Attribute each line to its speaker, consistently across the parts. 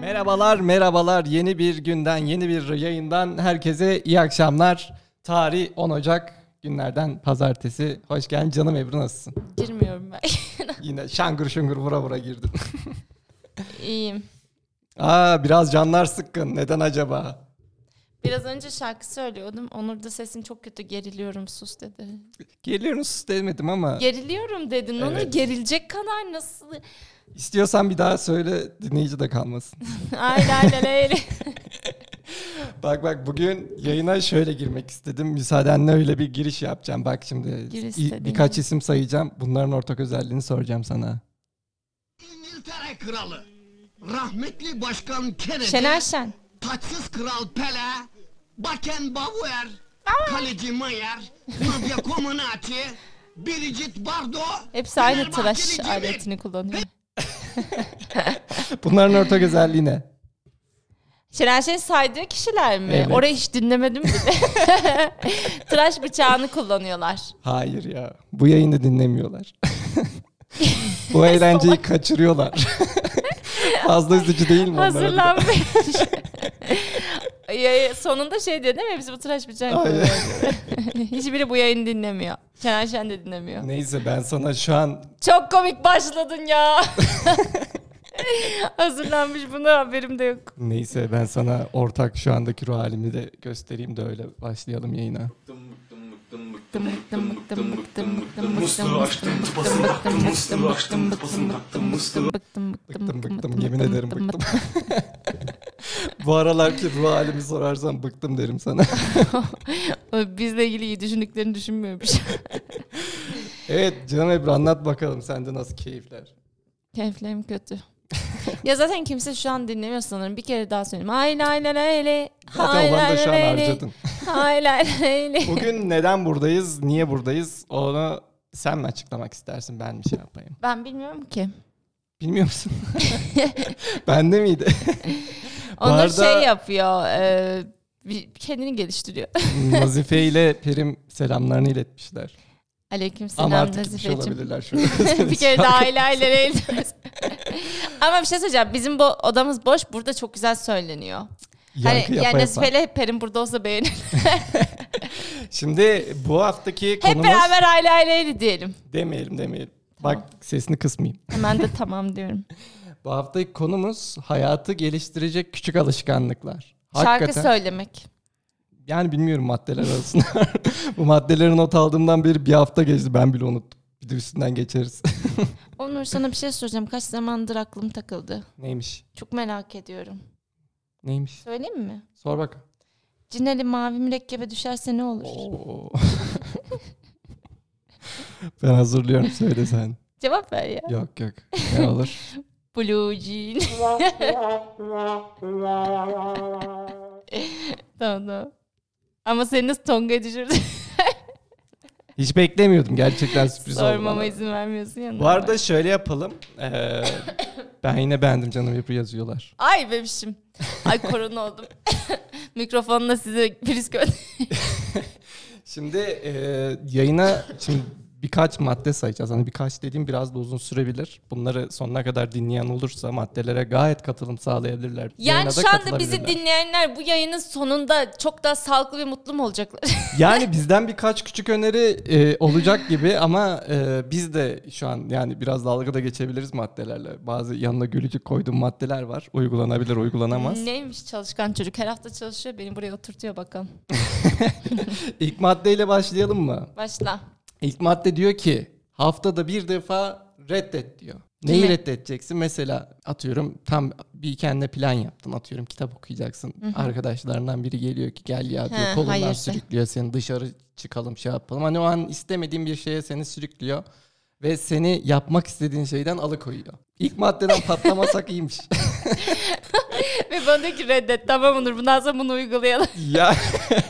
Speaker 1: Merhabalar, merhabalar. Yeni bir günden, yeni bir yayından herkese iyi akşamlar. Tarih 10 Ocak günlerden pazartesi. Hoş geldin canım Ebru nasılsın?
Speaker 2: Girmiyorum ben.
Speaker 1: Yine şangır şungur vura vura girdin.
Speaker 2: İyiyim.
Speaker 1: Aa biraz canlar sıkkın. Neden acaba?
Speaker 2: Biraz önce şarkı söylüyordum. Onur da sesin çok kötü geriliyorum sus dedi.
Speaker 1: Geliyorum sus demedim ama
Speaker 2: Geriliyorum dedin. Onur
Speaker 1: Evet.
Speaker 2: gerilecek kadar nasıl?
Speaker 1: istiyorsan bir daha söyle dinleyici de kalmasın.
Speaker 2: Aynen aynen öyle.
Speaker 1: Bak bak bugün yayına şöyle girmek istedim. Müsaadenle öyle bir giriş yapacağım. Bak şimdi
Speaker 2: Gir
Speaker 1: i-
Speaker 2: istediğin.
Speaker 1: birkaç isim sayacağım. Bunların ortak özelliğini soracağım sana.
Speaker 3: İngiltere kralı, rahmetli başkan Kennedy,
Speaker 2: Şener Şen.
Speaker 3: taçsız kral Pele, Beckenbauer, kaleci Mayer, Nadia Comaneci, Biricik Bardo,
Speaker 2: Hepsi aynı
Speaker 3: Fenerbahçeli
Speaker 2: tıraş
Speaker 3: Cemil.
Speaker 2: aletini kullanıyor.
Speaker 1: Bunların ortak özelliği ne?
Speaker 2: Şener Şen'in saydığı kişiler mi?
Speaker 1: Evet.
Speaker 2: Orayı hiç dinlemedim bile. tıraş bıçağını kullanıyorlar.
Speaker 1: Hayır ya. Bu yayını dinlemiyorlar. Bu eğlenceyi kaçırıyorlar. Fazla üzücü değil mi onlara da?
Speaker 2: Hazırlanmış. Ya- Sonunda şey diyor değil mi? Biz bu tıraş bıçağı
Speaker 1: Aynen.
Speaker 2: kullanıyoruz. Hiçbiri bu yayını dinlemiyor. Şener Şen de dinlemiyor.
Speaker 1: Neyse ben sana şu an
Speaker 2: Çok komik başladın ya. Hazırlanmış buna haberim de yok.
Speaker 1: neyse ben sana ortak şu andaki ruh halimi de göstereyim de öyle başlayalım yayına.
Speaker 4: Musluğu açtım, tıpasını taktım, musluğu açtım, tıpasını taktım, musluğu
Speaker 1: Bıktım bıktım yemin ederim bıktım. Bu aralarki ruh halimi sorarsan bıktım derim sana.
Speaker 2: Bizle ilgili iyi düşündüklerini düşünmüyormuş.
Speaker 1: evet Can Ebru anlat bakalım sende nasıl keyifler?
Speaker 2: Keyiflerim kötü. ya zaten kimse şu an dinlemiyor sanırım. Bir kere daha söyleyeyim. Hayla hayla hayla.
Speaker 1: Zaten
Speaker 2: hayla,
Speaker 1: olan da şu an
Speaker 2: hayla,
Speaker 1: harcadın.
Speaker 2: Hayla hayla.
Speaker 1: Bugün neden buradayız, niye buradayız onu sen mi açıklamak istersin ben mi şey yapayım?
Speaker 2: Ben bilmiyorum ki.
Speaker 1: Bilmiyor musun? Bende miydi? Bu
Speaker 2: Onur
Speaker 1: arada-
Speaker 2: şey yapıyor. e, bir- kendini geliştiriyor.
Speaker 1: Nazife ile Perim selamlarını iletmişler.
Speaker 2: Aleykümselam
Speaker 1: Ama
Speaker 2: selam
Speaker 1: artık şey gitmiş olabilirler şöyle.
Speaker 2: bir kere daha aileyle eğiliriz. Ama bir şey söyleyeceğim. Bizim bu odamız boş. Burada çok güzel söyleniyor.
Speaker 1: Yankı
Speaker 2: hani
Speaker 1: yapa
Speaker 2: yani
Speaker 1: yapa.
Speaker 2: Nazife'yle hep Perin burada olsa beğenir.
Speaker 1: Şimdi bu haftaki
Speaker 2: Hep
Speaker 1: konumuz...
Speaker 2: beraber aile aileydi diyelim.
Speaker 1: Demeyelim demeyelim. Bak sesini kısmayayım.
Speaker 2: Hemen de tamam diyorum.
Speaker 1: Bu haftaki konumuz hayatı geliştirecek küçük alışkanlıklar.
Speaker 2: Şarkı söylemek.
Speaker 1: Yani bilmiyorum maddeler arasında. bu maddeleri not aldığımdan beri bir hafta geçti. Ben bile unuttum. Bir de üstünden geçeriz.
Speaker 2: Onur sana bir şey soracağım. Kaç zamandır aklım takıldı.
Speaker 1: Neymiş?
Speaker 2: Çok merak ediyorum.
Speaker 1: Neymiş?
Speaker 2: Söyleyeyim mi?
Speaker 1: Sor bak.
Speaker 2: Cinali mavi mürekkebe düşerse ne olur?
Speaker 1: Oo. ben hazırlıyorum söyle sen.
Speaker 2: Cevap ver ya.
Speaker 1: Yok yok. Ne olur.
Speaker 2: Blue jean. tamam tamam. Ama seni nasıl Tonga'ya düşürdü?
Speaker 1: Hiç beklemiyordum gerçekten sürpriz oldu.
Speaker 2: Sormama
Speaker 1: bana.
Speaker 2: izin vermiyorsun ya.
Speaker 1: Bu arada şöyle yapalım. Ee, ben yine beğendim canım yapı yazıyorlar.
Speaker 2: Ay bebişim. Ay korona oldum. Mikrofonla size priz gö-
Speaker 1: Şimdi e, yayına şimdi birkaç madde sayacağız. Hani birkaç dediğim biraz da uzun sürebilir. Bunları sonuna kadar dinleyen olursa maddelere gayet katılım sağlayabilirler. Yayına
Speaker 2: Yani
Speaker 1: da
Speaker 2: şu anda bizi
Speaker 1: katılabilirler.
Speaker 2: dinleyenler bu yayının sonunda çok daha sağlıklı ve mutlu mu olacaklar?
Speaker 1: Yani bizden birkaç küçük öneri e, olacak gibi ama e, biz de şu an yani biraz dalga da geçebiliriz maddelerle. Bazı yanına gülücük koyduğum maddeler var. Uygulanabilir, uygulanamaz.
Speaker 2: Neymiş çalışkan çocuk? Her hafta çalışıyor. Beni buraya oturtuyor bakalım.
Speaker 1: İlk maddeyle başlayalım mı?
Speaker 2: Başla.
Speaker 1: İlk madde diyor ki haftada bir defa reddet diyor. Neyi
Speaker 2: Kimi?
Speaker 1: reddedeceksin? Mesela atıyorum tam bir kendine plan yaptın. Atıyorum kitap okuyacaksın. Arkadaşlarından biri geliyor ki gel ya diyor.
Speaker 2: He,
Speaker 1: kolundan
Speaker 2: hayır de.
Speaker 1: sürüklüyor seni dışarı çıkalım şey yapalım. Hani o an istemediğin bir şeye seni sürüklüyor. Ve seni yapmak istediğin şeyden alıkoyuyor. İlk maddeden patlamasak iyiymiş.
Speaker 2: ve bana diyor ki reddet tamam Onur bundan sonra bunu uygulayalım.
Speaker 1: ya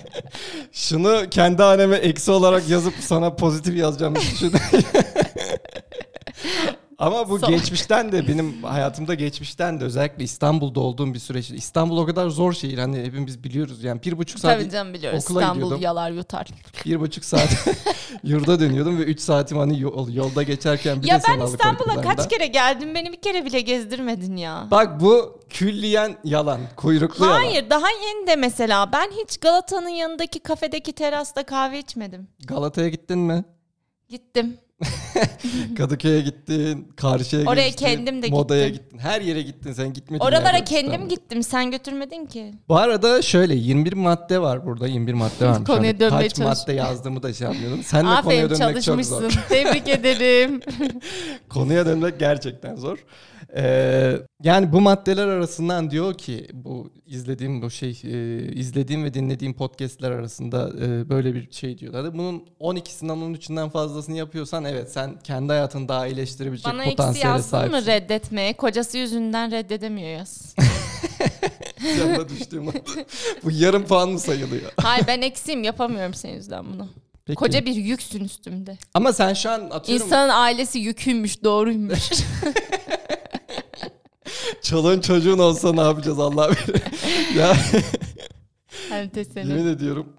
Speaker 1: şunu kendi haneme eksi olarak yazıp sana pozitif yazacağım. Şunu. Ama bu
Speaker 2: Salak.
Speaker 1: geçmişten de benim hayatımda geçmişten de özellikle İstanbul'da olduğum bir süreç. İstanbul o kadar zor şehir hani hepimiz biliyoruz yani bir buçuk saat
Speaker 2: Tabii canım biliyoruz.
Speaker 1: okula
Speaker 2: İstanbul
Speaker 1: gidiyordum.
Speaker 2: yalar yutar.
Speaker 1: bir buçuk saat yurda dönüyordum ve üç saatim hani yol- yolda geçerken bir
Speaker 2: ya
Speaker 1: de
Speaker 2: ben
Speaker 1: Sanalı
Speaker 2: İstanbul'a
Speaker 1: Korkuları'nda.
Speaker 2: kaç kere geldim beni bir kere bile gezdirmedin ya.
Speaker 1: Bak bu külliyen yalan kuyruklu yalan.
Speaker 2: Hayır daha yeni de mesela ben hiç Galata'nın yanındaki kafedeki terasta kahve içmedim.
Speaker 1: Galata'ya gittin mi?
Speaker 2: Gittim.
Speaker 1: Kadıköy'e gittin, Karşı'ya
Speaker 2: Oraya
Speaker 1: geçtin,
Speaker 2: kendim de
Speaker 1: Moda'ya
Speaker 2: gittim.
Speaker 1: gittin. Her yere gittin sen gitmedin.
Speaker 2: Oralara
Speaker 1: yani İstanbul'a.
Speaker 2: kendim gittim sen götürmedin ki.
Speaker 1: Bu arada şöyle 21 madde var burada. 21 madde varmış.
Speaker 2: Konuya
Speaker 1: Hani
Speaker 2: dönmeye
Speaker 1: Kaç
Speaker 2: çalış-
Speaker 1: madde yazdığımı da şey yapmıyordum. Sen de konuya
Speaker 2: Aferin
Speaker 1: dönmek çok zor.
Speaker 2: çalışmışsın. Tebrik ederim.
Speaker 1: Konuya dönmek gerçekten zor. Ee, yani bu maddeler arasından diyor ki bu izlediğim bu şey e, izlediğim ve dinlediğim podcastler arasında e, böyle bir şey diyorlar. Bunun 12'sinden 13'ünden fazlasını yapıyorsan evet sen kendi hayatını daha iyileştirebilecek
Speaker 2: Bana eksi
Speaker 1: potansiyele
Speaker 2: yazdın mı
Speaker 1: sahipsin.
Speaker 2: reddetmeye? Kocası yüzünden reddedemiyor yaz.
Speaker 1: Yanına düştüğüm anda. bu yarım puan mı sayılıyor?
Speaker 2: Hayır ben eksiyim yapamıyorum senin yüzünden bunu.
Speaker 1: Peki.
Speaker 2: Koca bir yüksün üstümde.
Speaker 1: Ama sen şu an atıyorum
Speaker 2: İnsanın ailesi yüküymüş doğruymuş.
Speaker 1: Çoluğun çocuğun olsa ne yapacağız Allah bilir. ya
Speaker 2: Hem de senin.
Speaker 1: yemin ediyorum.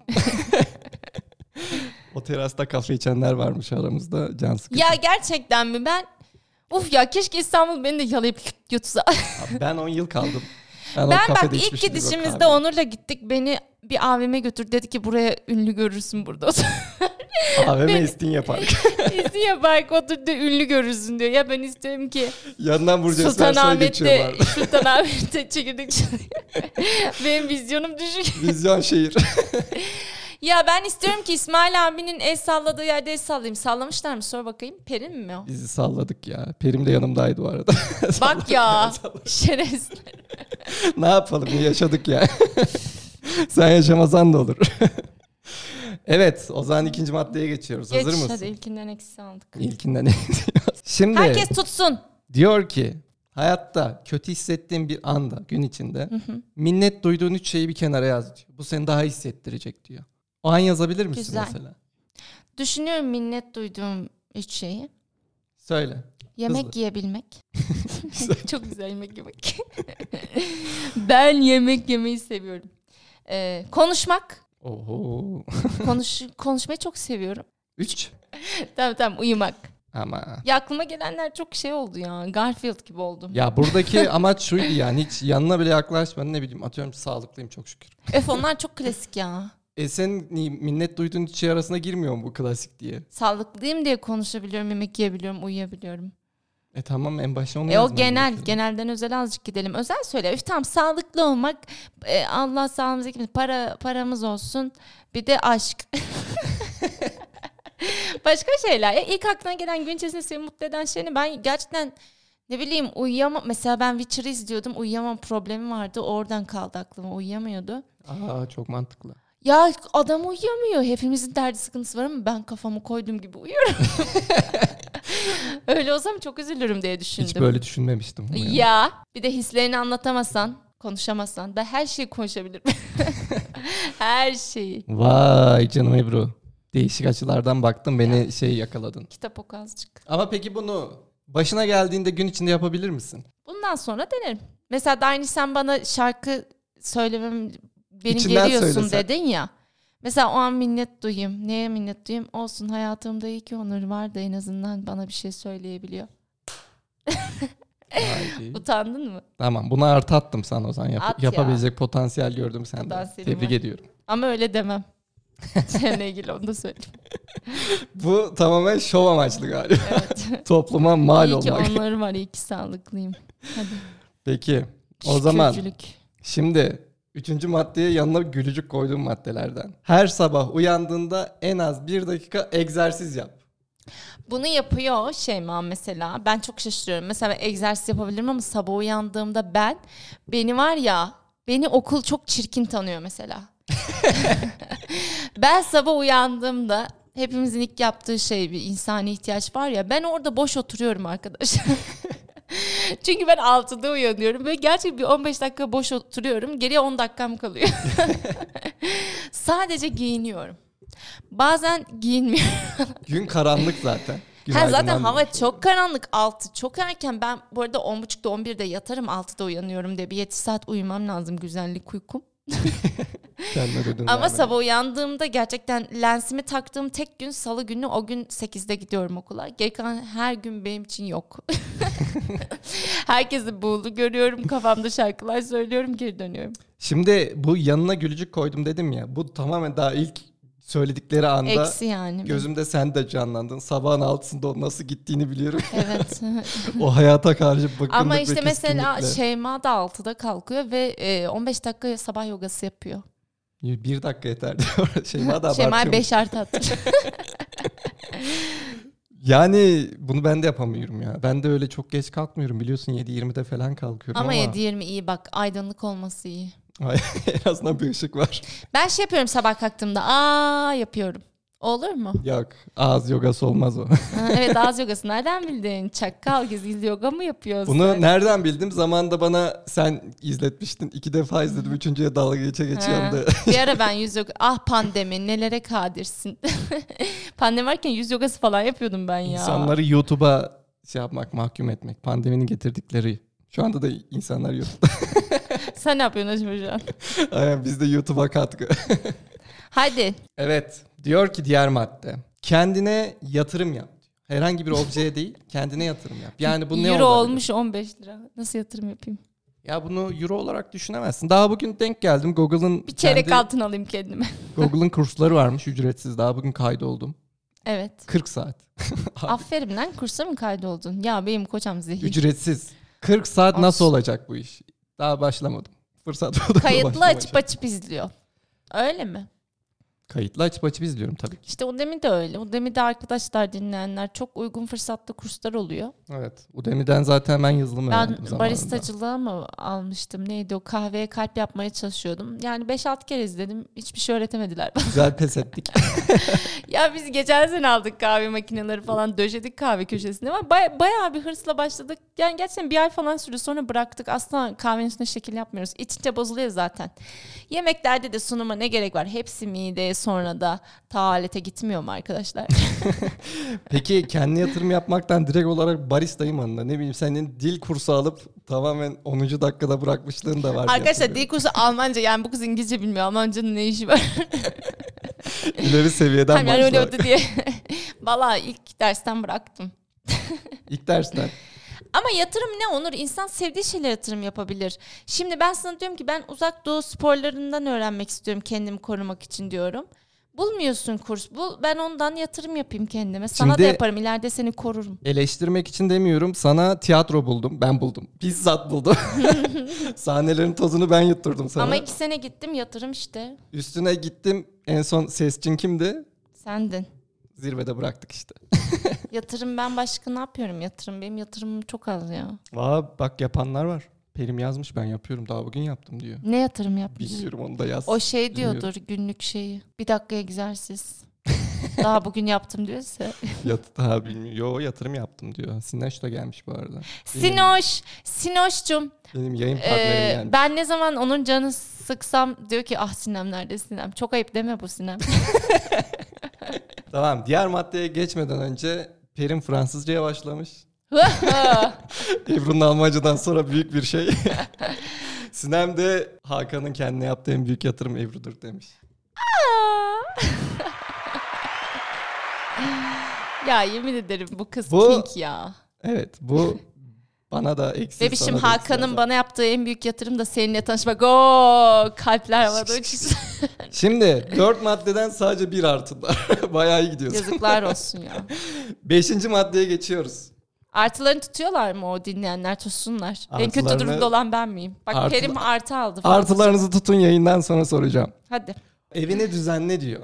Speaker 1: o terasta kahve içenler varmış aramızda can sıkıcı.
Speaker 2: Ya gerçekten mi ben? Uf ya keşke İstanbul beni de yalayıp yutsa.
Speaker 1: Ben 10 yıl kaldım. Ben, o
Speaker 2: ben bak
Speaker 1: kafede şey
Speaker 2: ilk
Speaker 1: içmiştim o
Speaker 2: gidişimizde
Speaker 1: kahveyi.
Speaker 2: Onur'la gittik beni bir AVM'e götür dedi ki buraya ünlü görürsün burada. otur."
Speaker 1: AVM İstinye Park.
Speaker 2: İzin yapar oturdu ünlü görürsün diyor. Ya ben istiyorum ki
Speaker 1: Yandan Burcu Esmersoy geçiyor bu arada.
Speaker 2: Sultanahmet'te Sultanahmet'te çekirdek çalıyor. Benim vizyonum düşük.
Speaker 1: Vizyon şehir.
Speaker 2: Ya ben istiyorum ki İsmail abinin el salladığı yerde el sallayayım. Sallamışlar mı? Sor bakayım. Perin mi o?
Speaker 1: Bizi salladık ya. Perim de yanımdaydı bu arada.
Speaker 2: Bak ya. Şerefsiz.
Speaker 1: ne yapalım yaşadık ya. Sen yaşamasan da olur. evet o zaman ikinci maddeye geçiyoruz.
Speaker 2: Geç
Speaker 1: Hazır mısın?
Speaker 2: hadi ilkinden eksi aldık.
Speaker 1: İlkinden iyi diyor. Şimdi
Speaker 2: Herkes tutsun.
Speaker 1: diyor ki hayatta kötü hissettiğin bir anda gün içinde minnet duyduğun üç şeyi bir kenara yaz diyor. Bu seni daha iyi hissettirecek diyor. O an yazabilir misin
Speaker 2: Güzel.
Speaker 1: mesela?
Speaker 2: Düşünüyorum minnet duyduğum üç şeyi.
Speaker 1: Söyle.
Speaker 2: Yemek
Speaker 1: Hızlı.
Speaker 2: yiyebilmek. Çok güzel yemek yemek. ben yemek yemeyi seviyorum. Ee, konuşmak.
Speaker 1: Oho.
Speaker 2: Konuş, konuşmayı çok seviyorum.
Speaker 1: üç.
Speaker 2: tamam tamam uyumak.
Speaker 1: Ama
Speaker 2: Ya aklıma gelenler çok şey oldu ya. Garfield gibi oldum.
Speaker 1: ya buradaki amaç şuydu yani hiç yanına bile yaklaşmadın ne bileyim atıyorum sağlıklıyım çok şükür.
Speaker 2: Öf onlar çok klasik ya.
Speaker 1: E sen ni- minnet duyduğun üç şey arasına girmiyor mu bu klasik diye?
Speaker 2: Sağlıklıyım diye konuşabiliyorum, yemek yiyebiliyorum, uyuyabiliyorum.
Speaker 1: E tamam en başta onu
Speaker 2: E o
Speaker 1: yazman
Speaker 2: genel,
Speaker 1: gerekiyordu.
Speaker 2: genelden özel azıcık gidelim. Özel söyle. Üf tamam sağlıklı olmak, e, Allah sağlığımıza kim para paramız olsun. Bir de aşk. Başka şeyler. Ya ilk aklına gelen gün içerisinde seni mutlu eden şeyini ben gerçekten ne bileyim uyuyamam. Mesela ben Witcher'ı izliyordum. Uyuyamam problemi vardı. Oradan kaldı aklıma. Uyuyamıyordu.
Speaker 1: Aa çok mantıklı.
Speaker 2: Ya adam uyuyamıyor. Hepimizin derdi sıkıntısı var ama ben kafamı koyduğum gibi uyuyorum. Öyle olsam çok üzülürüm diye düşündüm.
Speaker 1: Hiç böyle düşünmemiştim. bunu ya.
Speaker 2: Ya bir de hislerini anlatamazsan, konuşamazsan. Ben her şeyi konuşabilirim. her şeyi.
Speaker 1: Vay canım Ebru. Değişik açılardan baktın beni şey yakaladın.
Speaker 2: Kitap oku azıcık.
Speaker 1: Ama peki bunu başına geldiğinde gün içinde yapabilir misin?
Speaker 2: Bundan sonra denerim. Mesela daha önce sen bana şarkı söylemem beni
Speaker 1: İçinden
Speaker 2: geriyorsun
Speaker 1: söylesen.
Speaker 2: dedin ya. Mesela o an minnet duyayım. Neye minnet duyayım? Olsun hayatımda iyi ki Onur var da en azından bana bir şey söyleyebiliyor.
Speaker 1: Haydi.
Speaker 2: Utandın mı?
Speaker 1: tamam bunu artı attım sana o zaman. Yap-
Speaker 2: At ya.
Speaker 1: yapabilecek potansiyel gördüm senden.
Speaker 2: Potansiyelim
Speaker 1: Tebrik
Speaker 2: var.
Speaker 1: ediyorum.
Speaker 2: Ama öyle demem. Seninle ilgili onu da söyleyeyim.
Speaker 1: Bu tamamen şov amaçlı galiba.
Speaker 2: Evet.
Speaker 1: Topluma mal
Speaker 2: iyi ki
Speaker 1: olmak.
Speaker 2: onları var, iyi ki sağlıklıyım.
Speaker 1: Peki o zaman
Speaker 2: Şükürcülük.
Speaker 1: şimdi üçüncü maddeye yanına gülücük koyduğum maddelerden. Her sabah uyandığında en az bir dakika egzersiz yap.
Speaker 2: Bunu yapıyor Şeyma mesela. Ben çok şaşırıyorum. Mesela ben egzersiz yapabilirim ama sabah uyandığımda ben beni var ya beni okul çok çirkin tanıyor mesela. ben sabah uyandığımda hepimizin ilk yaptığı şey bir insani ihtiyaç var ya ben orada boş oturuyorum arkadaşlar. Çünkü ben 6'da uyanıyorum ve gerçekten bir 15 dakika boş oturuyorum. Geriye 10 dakikam kalıyor. Sadece giyiniyorum. Bazen giyinmiyorum.
Speaker 1: Gün karanlık zaten.
Speaker 2: Ha,
Speaker 1: Günaydın
Speaker 2: zaten
Speaker 1: anne.
Speaker 2: hava çok karanlık 6 çok erken ben bu arada 10.30'da 11'de yatarım 6'da uyanıyorum diye bir 7 saat uyumam lazım güzellik uykum.
Speaker 1: Kendine ödün
Speaker 2: Ama
Speaker 1: vermedi.
Speaker 2: sabah uyandığımda gerçekten lensimi taktığım tek gün salı günü o gün 8'de gidiyorum okula. Geri kalan her gün benim için yok. Herkesi buğulu görüyorum kafamda şarkılar söylüyorum geri dönüyorum.
Speaker 1: Şimdi bu yanına gülücük koydum dedim ya. Bu tamamen daha ilk söyledikleri anda
Speaker 2: Eksi yani.
Speaker 1: gözümde sen de canlandın. Sabahın altısında o nasıl gittiğini biliyorum.
Speaker 2: Evet.
Speaker 1: o hayata karşı bakımda
Speaker 2: Ama işte mesela Şeyma da 6'da kalkıyor ve e, 15 dakika sabah yogası yapıyor.
Speaker 1: Bir dakika yeter diyor. Şeyma da
Speaker 2: şey- Şeyma
Speaker 1: abartıyormuş.
Speaker 2: 5 artı atıyor.
Speaker 1: Yani bunu ben de yapamıyorum ya. Ben de öyle çok geç kalkmıyorum. Biliyorsun 7.20'de falan kalkıyorum ama...
Speaker 2: Ama 7.20 iyi bak aydınlık olması iyi.
Speaker 1: Ay, en azından bir ışık var.
Speaker 2: Ben şey yapıyorum sabah kalktığımda aa yapıyorum. Olur mu?
Speaker 1: Yok ağız yogası olmaz o.
Speaker 2: Ha, evet ağız yogası nereden bildin? Çakal gizli yoga mı yapıyorsun?
Speaker 1: Bunu nereden bildim? Zamanında bana sen izletmiştin. İki defa izledim. Üçüncüye dalga geçe geçe yandı.
Speaker 2: bir ara ben yüz yoga ah pandemi nelere kadirsin. pandemi varken yüz yogası falan yapıyordum ben ya.
Speaker 1: İnsanları YouTube'a şey yapmak, mahkum etmek. Pandeminin getirdikleri. Şu anda da insanlar YouTube'da.
Speaker 2: Sen ne yapıyorsun Hacı Hocam?
Speaker 1: Aynen biz de YouTube'a katkı.
Speaker 2: Hadi
Speaker 1: evet. Diyor ki diğer madde. Kendine yatırım yap. Herhangi bir objeye değil, kendine yatırım yap. Yani bu ne
Speaker 2: euro
Speaker 1: olabilir?
Speaker 2: olmuş 15 lira. Nasıl yatırım yapayım?
Speaker 1: Ya bunu euro olarak düşünemezsin. Daha bugün denk geldim. Google'ın
Speaker 2: Bir çeyrek
Speaker 1: kendi-
Speaker 2: altın alayım kendime.
Speaker 1: Google'ın kursları varmış ücretsiz. Daha bugün kaydoldum.
Speaker 2: evet.
Speaker 1: 40 saat.
Speaker 2: Aferin lan kursa mı kaydoldun? Ya benim kocam zehir.
Speaker 1: Ücretsiz. 40 saat
Speaker 2: Olsun.
Speaker 1: nasıl olacak bu iş? Daha başlamadım. Fırsat oldu. da
Speaker 2: Kayıtlı
Speaker 1: başlamayacağım.
Speaker 2: açıp açıp izliyor. Öyle mi?
Speaker 1: Kayıtlı açıp açıp izliyorum tabii ki.
Speaker 2: İşte Udemy de öyle. Udemy'de arkadaşlar dinleyenler çok uygun fırsatlı kurslar oluyor.
Speaker 1: Evet. Udemy'den zaten ben yazılım öğrendim
Speaker 2: Ben
Speaker 1: zamanında.
Speaker 2: baristacılığı mı almıştım? Neydi o? Kahveye kalp yapmaya çalışıyordum. Yani 5-6 kere izledim. Hiçbir şey öğretemediler bana.
Speaker 1: Güzel pes ettik.
Speaker 2: ya biz geçen sene aldık kahve makineleri falan. Döşedik kahve köşesinde ama baya, bayağı bir hırsla başladık. Yani gerçekten bir ay falan sürdü. Sonra bıraktık. Asla kahvenin üstüne şekil yapmıyoruz. İçince bozuluyor zaten. Yemeklerde de sunuma ne gerek var? Hepsi mideye sonra da ta alete gitmiyor mu arkadaşlar?
Speaker 1: Peki kendi yatırım yapmaktan direkt olarak baristayım anla. Ne bileyim senin dil kursu alıp tamamen 10. dakikada bırakmışlığın da var. diye
Speaker 2: Arkadaşlar
Speaker 1: hatırlıyorum.
Speaker 2: dil kursu Almanca yani bu kız İngilizce bilmiyor. Almanca'nın ne işi var?
Speaker 1: İleri seviyeden
Speaker 2: Tamam yani öyle
Speaker 1: başla.
Speaker 2: oldu diye. Valla ilk dersten bıraktım.
Speaker 1: İlk dersten.
Speaker 2: Ama yatırım ne Onur? İnsan sevdiği şeylere yatırım yapabilir. Şimdi ben sana diyorum ki ben uzak doğu sporlarından öğrenmek istiyorum kendimi korumak için diyorum. Bulmuyorsun kurs. Bul, ben ondan yatırım yapayım kendime. Sana da
Speaker 1: Şimdi-
Speaker 2: yaparım. ileride seni korurum.
Speaker 1: Eleştirmek için demiyorum. Sana tiyatro buldum. Ben buldum. Bizzat buldum. Sahnelerin tozunu ben yutturdum sana.
Speaker 2: Ama iki sene gittim yatırım işte.
Speaker 1: Üstüne gittim. En son sesçin kimdi?
Speaker 2: Sendin.
Speaker 1: Zirvede bıraktık işte.
Speaker 2: yatırım ben başka ne yapıyorum yatırım? Benim yatırımım çok az ya.
Speaker 1: Aa bak yapanlar var. Perim yazmış ben yapıyorum. Daha bugün yaptım diyor.
Speaker 2: Ne yatırım yapmış?
Speaker 1: Bilmiyorum onu da yaz.
Speaker 2: O şey
Speaker 1: Bilmiyorum.
Speaker 2: diyordur günlük şeyi. Bir dakika egzersiz. Daha bugün yaptım diyorsa.
Speaker 1: Yat ha bilmiyorum. Yo yatırım yaptım diyor. Sinoş da gelmiş bu arada.
Speaker 2: Sinoş, Sinoş'cum.
Speaker 1: Benim yayın
Speaker 2: e,
Speaker 1: partnerim gelmiş.
Speaker 2: ben ne zaman onun canı sıksam diyor ki ah Sinem nerede Sinem? Çok ayıp deme bu Sinem.
Speaker 1: Tamam diğer maddeye geçmeden önce Perim Fransızcaya başlamış. Ebru'nun Almanca'dan sonra büyük bir şey. Sinem de Hakan'ın kendine yaptığı en büyük yatırım Ebru'dur demiş.
Speaker 2: ya yemin ederim bu kız
Speaker 1: Bu-
Speaker 2: pink ya.
Speaker 1: Evet bu bana da eksi.
Speaker 2: Bebişim
Speaker 1: sana da eksi
Speaker 2: Hakan'ın
Speaker 1: yazar.
Speaker 2: bana yaptığı en büyük yatırım da seninle tanışmak. Oo kalpler havada uçuşsun.
Speaker 1: Şimdi dört maddeden sadece bir artılar. Bayağı iyi gidiyoruz.
Speaker 2: Yazıklar olsun ya.
Speaker 1: Beşinci maddeye geçiyoruz.
Speaker 2: Artılarını tutuyorlar mı o dinleyenler tutsunlar. En kötü
Speaker 1: Artılarını-
Speaker 2: durumda olan ben miyim? Bak
Speaker 1: Artı-
Speaker 2: Kerim artı aldı. falan.
Speaker 1: Artılarınızı tutun yayından sonra soracağım.
Speaker 2: Hadi.
Speaker 1: Evini düzenle diyor.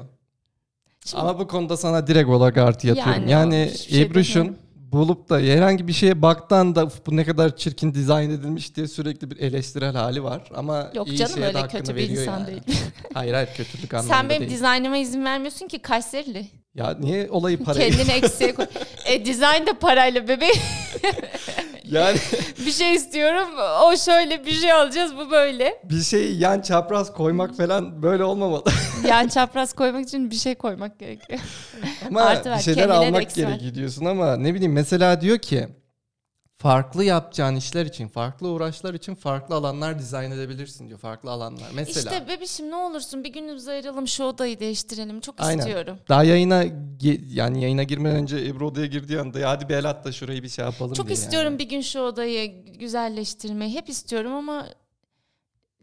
Speaker 2: Şimdi-
Speaker 1: Ama bu konuda sana direkt olarak artı yatıyorum.
Speaker 2: Yani,
Speaker 1: Yani,
Speaker 2: hiçbir şey
Speaker 1: Ebru'şun
Speaker 2: demiyorum.
Speaker 1: bulup da herhangi bir şeye baktan da "Uf, bu ne kadar çirkin dizayn edilmiş diye sürekli bir eleştirel hali var. Ama
Speaker 2: Yok
Speaker 1: iyi
Speaker 2: canım,
Speaker 1: şeye de
Speaker 2: öyle
Speaker 1: hakkını
Speaker 2: kötü bir
Speaker 1: veriyor
Speaker 2: insan
Speaker 1: yani.
Speaker 2: değil.
Speaker 1: hayır hayır kötülük anlamında
Speaker 2: Sen benim
Speaker 1: değil.
Speaker 2: dizaynıma izin vermiyorsun ki Kayserili.
Speaker 1: ya niye olayı parayı...
Speaker 2: Kendini eksiğe koy. e dizayn da parayla bebeğim.
Speaker 1: Yani
Speaker 2: bir şey istiyorum. O şöyle bir şey alacağız bu böyle.
Speaker 1: bir şeyi yan çapraz koymak falan böyle olmamalı.
Speaker 2: Yani çapraz koymak için bir şey koymak gerekiyor.
Speaker 1: ama
Speaker 2: Artı ver,
Speaker 1: bir şeyler
Speaker 2: kendileri
Speaker 1: almak
Speaker 2: eksi ver.
Speaker 1: gerekiyor diyorsun ama ne bileyim mesela diyor ki farklı yapacağın işler için, farklı uğraşlar için farklı alanlar dizayn edebilirsin diyor. Farklı alanlar. Mesela
Speaker 2: İşte bebişim ne olursun bir günümüzü ayıralım şu odayı değiştirelim. Çok
Speaker 1: Aynen.
Speaker 2: istiyorum.
Speaker 1: Daha yayına ge- yani yayına girmeden önce Ebru odaya girdiği anda "Ya hadi bir el at da şurayı bir şey yapalım
Speaker 2: Çok
Speaker 1: diye
Speaker 2: istiyorum
Speaker 1: yani.
Speaker 2: bir gün şu odayı güzelleştirmeyi. Hep istiyorum ama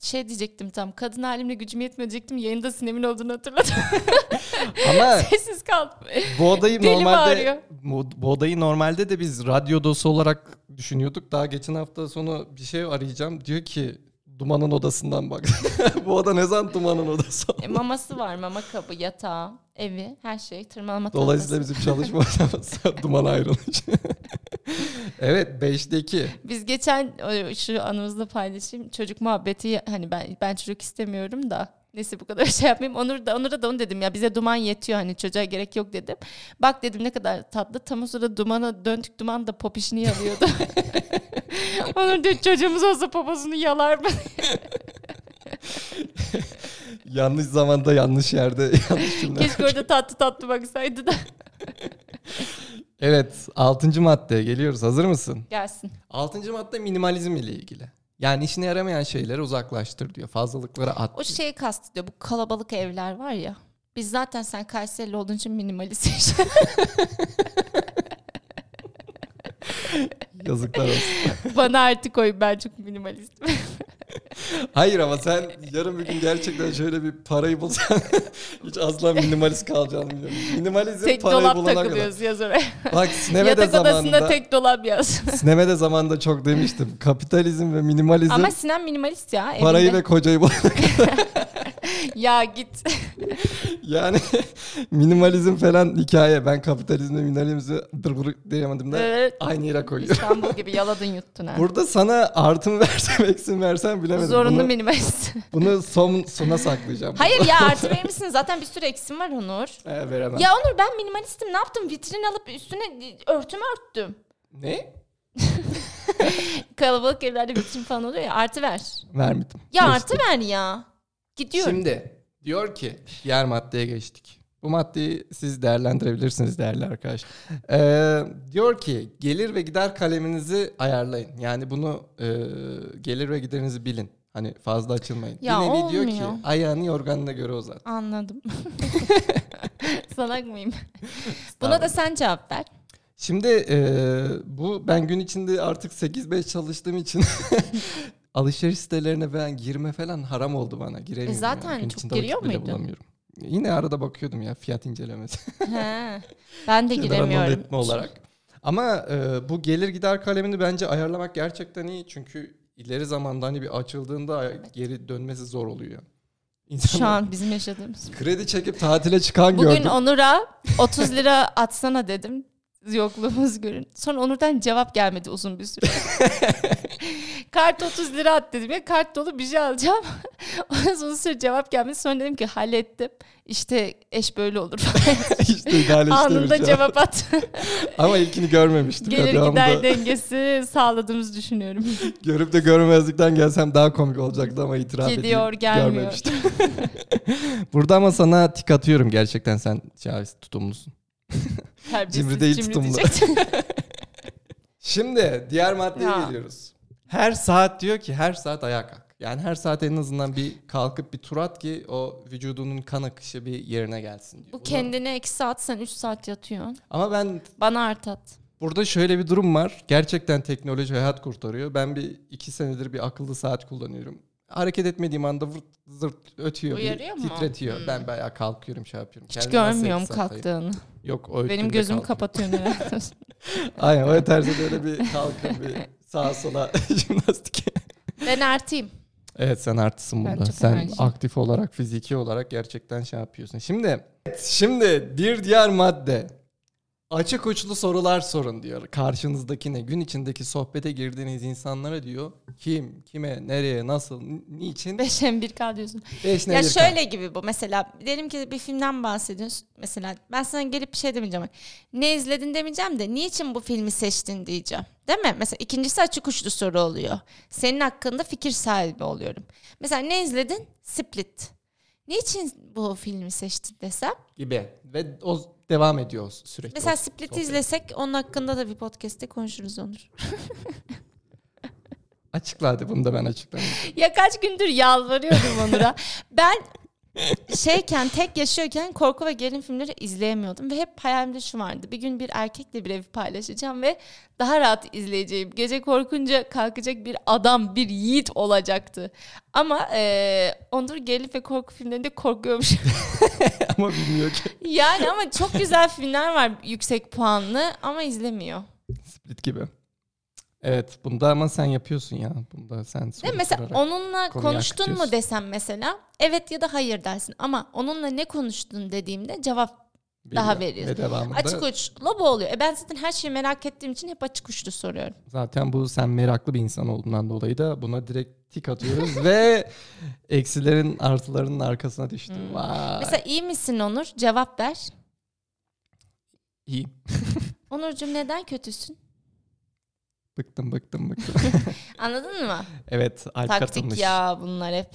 Speaker 2: şey diyecektim tam kadın halimle gücüm yetmiyor diyecektim yayında sinemin olduğunu hatırladım.
Speaker 1: Ama
Speaker 2: Sessiz kaldım.
Speaker 1: bu odayı
Speaker 2: Deli bağırıyor.
Speaker 1: normalde bu, bu odayı normalde de biz radyo dosu olarak düşünüyorduk. Daha geçen hafta sonu bir şey arayacağım. Diyor ki Duman'ın odasından bak. bu oda ne zaman Duman'ın odası?
Speaker 2: E, maması var mama kabı yatağı evi her şey tırmalama tahtası.
Speaker 1: Dolayısıyla bizim çalışma odamız Duman ayrılmış. evet 5'teki.
Speaker 2: Biz geçen e, şu anımızda paylaşayım. Çocuk muhabbeti hani ben ben çocuk istemiyorum da neyse bu kadar şey yapmayayım. Onur da Onur'a da onu dedim ya bize duman yetiyor hani çocuğa gerek yok dedim. Bak dedim ne kadar tatlı. Tam o sırada dumana döntük duman da popişini yalıyordu. Onur diyor çocuğumuz olsa poposunu yalar mı?
Speaker 1: Yanlış zamanda yanlış yerde yanlış cümle.
Speaker 2: Keşke orada tatlı tatlı baksaydı da
Speaker 1: Evet 6. maddeye geliyoruz. Hazır mısın?
Speaker 2: gelsin.
Speaker 1: Altıncı madde minimalizm ile ilgili. Yani işine yaramayan şeyleri uzaklaştır diyor. Fazlalıkları at.
Speaker 2: O şey- şeyi kastediyor. Bu kalabalık evler var ya. Biz zaten sen Kayserili olduğun için minimalist.
Speaker 1: Yazıklar olsun.
Speaker 2: Bana artık koy ben çok minimalistim.
Speaker 1: Hayır ama sen yarın bir gün gerçekten şöyle bir parayı bulsan hiç asla minimalist kalacağını biliyorum. Minimalizm
Speaker 2: tek
Speaker 1: parayı
Speaker 2: dolap
Speaker 1: bulana kadar.
Speaker 2: takılıyoruz yaz oraya.
Speaker 1: Bak sineme de
Speaker 2: Yatak odasında
Speaker 1: zamanında,
Speaker 2: tek dolap yaz.
Speaker 1: sineme de zamanında çok demiştim. Kapitalizm ve minimalizm
Speaker 2: Ama Sinan minimalist ya. evinde.
Speaker 1: parayı ve kocayı bulana kadar.
Speaker 2: Ya git.
Speaker 1: Yani minimalizm falan hikaye. Ben kapitalizmle minimalizmi dır dır diyemedim de
Speaker 2: Evet.
Speaker 1: aynı yere koyuyorum.
Speaker 2: İstanbul gibi yaladın yuttun ha.
Speaker 1: Burada sana artı mı versem eksi mi versem bilemedim.
Speaker 2: Zorunlu
Speaker 1: Bunu-
Speaker 2: minimalist.
Speaker 1: Bunu son, sona saklayacağım.
Speaker 2: Hayır ya artı verir misin? Zaten bir sürü eksim var Onur.
Speaker 1: Ee, veremem.
Speaker 2: Ya Onur ben minimalistim ne yaptım? Vitrin alıp üstüne örtümü örttüm.
Speaker 1: Ne?
Speaker 2: Kalabalık evlerde vitrin falan oluyor ya artı ver.
Speaker 1: Vermedim.
Speaker 2: Ya
Speaker 1: Geçtim.
Speaker 2: artı ver ya. Gidiyorum.
Speaker 1: Şimdi diyor ki diğer maddeye geçtik. Bu maddeyi siz değerlendirebilirsiniz değerli arkadaşlar. Ee, diyor ki gelir ve gider kaleminizi ayarlayın. Yani bunu e, gelir ve giderinizi bilin. Hani fazla açılmayın.
Speaker 2: Ya
Speaker 1: bir nevi diyor
Speaker 2: olmuyor.
Speaker 1: ki ayağını yorganına göre uzat.
Speaker 2: Anladım. Salak mıyım? Buna da sen cevap ver.
Speaker 1: Şimdi eee, bu ben gün içinde artık 8-5 çalıştığım için alışveriş sitelerine ben girme falan haram oldu bana. Giremiyorum.
Speaker 2: E zaten
Speaker 1: yani. Gün
Speaker 2: çok
Speaker 1: içinde vakit
Speaker 2: giriyor
Speaker 1: bile
Speaker 2: muydun?
Speaker 1: bulamıyorum. Yine arada bakıyordum ya fiyat incelemesi.
Speaker 2: He. Ben de
Speaker 1: Kenara
Speaker 2: giremiyorum.
Speaker 1: not etme olarak. Ama eee, bu gelir gider kalemini bence ayarlamak gerçekten iyi. Çünkü ileri zamanda hani bir açıldığında geri dönmesi zor oluyor.
Speaker 2: Şu
Speaker 1: İnsanlar
Speaker 2: an bizim yaşadığımız.
Speaker 1: kredi çekip tatile çıkan
Speaker 2: Bugün
Speaker 1: gördüm.
Speaker 2: Onur'a 30 lira atsana dedim. Yokluğumuz görün. Sonra Onur'dan cevap gelmedi uzun bir süre. kart 30 lira at dedim ya kart dolu bir şey alacağım. uzun süre cevap gelmedi. Sonra dedim ki hallettim. İşte eş böyle olur.
Speaker 1: işte idealleştirmiş
Speaker 2: Anında
Speaker 1: ya.
Speaker 2: cevap at.
Speaker 1: Ama ilkini görmemiştim. ya,
Speaker 2: Gelir
Speaker 1: devamında-
Speaker 2: gider dengesi sağladığımızı düşünüyorum.
Speaker 1: Görüp de görmezlikten gelsem daha komik olacaktı ama itiraf edeyim.
Speaker 2: Gidiyor, gelmiyor.
Speaker 1: Görmemiştim. Burada ama sana tik atıyorum gerçekten sen Şahin tutumlusun.
Speaker 2: Terbiyesiz
Speaker 1: Cimri değil,
Speaker 2: cimri
Speaker 1: tutumlu.
Speaker 2: diyecektim.
Speaker 1: Şimdi diğer maddeye
Speaker 2: Ya.
Speaker 1: geliyoruz. Her saat diyor ki her saat ayağa kalk. Yani her saat en azından bir kalkıp bir tur at ki o vücudunun kan akışı bir yerine gelsin diyor.
Speaker 2: Bu
Speaker 1: Bunu-
Speaker 2: kendine 2 saat sen 3 saat yatıyorsun.
Speaker 1: Ama ben
Speaker 2: Bana art at.
Speaker 1: Burada şöyle bir durum var. Gerçekten teknoloji hayat kurtarıyor. Ben bir iki senedir bir akıllı saat kullanıyorum. Hareket etmediğim anda vırt zırt ötüyor. bir
Speaker 2: Uyarıyor mu? Hmm.
Speaker 1: Titretiyor. Ben bayağı kalkıyorum şey yapıyorum.
Speaker 2: Hiç
Speaker 1: Kendimi nasıl
Speaker 2: görmüyorum
Speaker 1: egzersiz yapayım?
Speaker 2: kalktığını.
Speaker 1: Yok o
Speaker 2: Benim
Speaker 1: ötüyle
Speaker 2: gözümü
Speaker 1: kalkıyorum.
Speaker 2: kapatıyorsun herhalde.
Speaker 1: Aynen o tersi böyle bir kalkın bir sağa sola jimnastik.
Speaker 2: ben erteyim.
Speaker 1: Evet sen artısın
Speaker 2: Ben
Speaker 1: burada.
Speaker 2: çok
Speaker 1: Sen
Speaker 2: enerjiyim.
Speaker 1: aktif olarak fiziki olarak gerçekten şey yapıyorsun. Şimdi şimdi bir diğer madde. Açık uçlu sorular sorun diyor. Karşınızdakine, gün içindeki sohbete girdiğiniz insanlara diyor. Kim, kime, nereye, nasıl, ni- niçin?
Speaker 2: 5 M1K diyorsun.
Speaker 1: Beş
Speaker 2: ya
Speaker 1: nedir kal?
Speaker 2: şöyle gibi bu mesela diyelim ki bir filmden bahsediyorsun mesela ben sana gelip bir şey demeyeceğim ne izledin demeyeceğim de niçin bu filmi seçtin diyeceğim değil mi mesela ikincisi açık uçlu soru oluyor senin hakkında fikir sahibi oluyorum mesela ne izledin Split niçin bu filmi seçtin desem
Speaker 1: gibi. Ve o devam ediyor sürekli.
Speaker 2: mesela
Speaker 1: o
Speaker 2: Split'i
Speaker 1: sohbet.
Speaker 2: izlesek onun hakkında da bir podcast'te konuşuruz Onur
Speaker 1: Açıkla hadi bunu da ben açıklayayım.
Speaker 2: Ya kaç gündür yalvarıyordum Onur'a. ben şeyken tek yaşıyorken korku ve gerilim filmleri izleyemiyordum ve hep hayalimde şu vardı. Bir gün bir erkekle bir evi paylaşacağım ve daha rahat izleyeceğim. Gece korkunca kalkacak bir adam, bir yiğit olacaktı. Ama eee Onur gerilim ve korku filmlerinde korkuyormuş.
Speaker 1: Ama bilmiyor ki.
Speaker 2: yani ama çok güzel filmler var yüksek puanlı ama izlemiyor.
Speaker 1: Split gibi. Evet bunda ama sen yapıyorsun ya. Bunda sen
Speaker 2: Değil
Speaker 1: soru
Speaker 2: mi? Mesela
Speaker 1: sorarak.
Speaker 2: onunla
Speaker 1: konuyu
Speaker 2: konuştun mu
Speaker 1: akıtıyorsun.
Speaker 2: desem mesela evet ya da hayır dersin ama onunla ne konuştun dediğimde cevap daha veriyorsun.
Speaker 1: Ve devamında
Speaker 2: açık uçlu bu oluyor. E ben zaten her şeyi merak ettiğim için hep açık uçlu soruyorum.
Speaker 1: zaten bu sen meraklı bir insan olduğundan dolayı da buna direkt tik atıyoruz ve eksilerin artılarının arkasına düştü. Vay.
Speaker 2: Hmm. Mesela iyi misin Onur? Cevap ver.
Speaker 1: İyi.
Speaker 2: Onurcuğum neden kötüsün?
Speaker 1: Bıktım bıktım bıktım.
Speaker 2: Anladın mı?
Speaker 1: evet Alp
Speaker 2: Taktik
Speaker 1: katılmış.
Speaker 2: ya bunlar hep.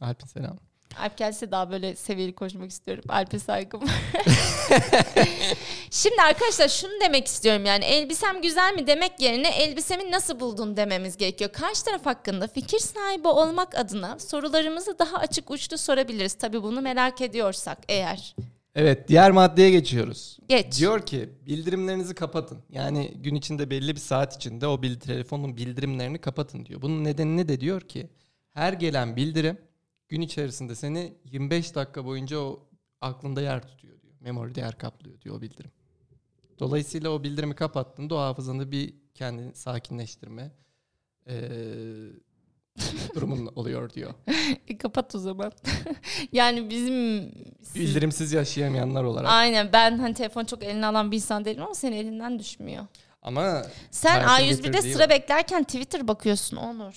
Speaker 1: Alp'in selam.
Speaker 2: Alp gelse daha böyle seviyeli konuşmak istiyorum. Alp'e saygım. Şimdi arkadaşlar şunu demek istiyorum yani elbisem güzel mi demek yerine elbisemi nasıl buldun dememiz gerekiyor. Karşı taraf hakkında fikir sahibi olmak adına sorularımızı daha açık uçlu sorabiliriz. Tabii bunu merak ediyorsak eğer.
Speaker 1: Evet diğer maddeye geçiyoruz.
Speaker 2: Geç.
Speaker 1: Diyor ki bildirimlerinizi kapatın. Yani gün içinde belli bir saat içinde o bil- telefonun bildirimlerini kapatın diyor. Bunun nedenini de diyor ki her gelen bildirim gün içerisinde seni 25 dakika boyunca o aklında yer tutuyor diyor. Memoride yer kaplıyor diyor o bildirim. Dolayısıyla o bildirimi kapattığında o hafızanda bir kendini sakinleştirme eee, durumun oluyor diyor.
Speaker 2: E, kapat o zaman. yani bizim
Speaker 1: Bildirimsiz yaşayamayanlar olarak.
Speaker 2: Aynen ben hani telefon çok eline alan bir insan değilim ama senin elinden düşmüyor.
Speaker 1: Ama
Speaker 2: Sen
Speaker 1: hayatın
Speaker 2: A101'de
Speaker 1: getirdiği
Speaker 2: sıra beklerken Twitter bakıyorsun Onur.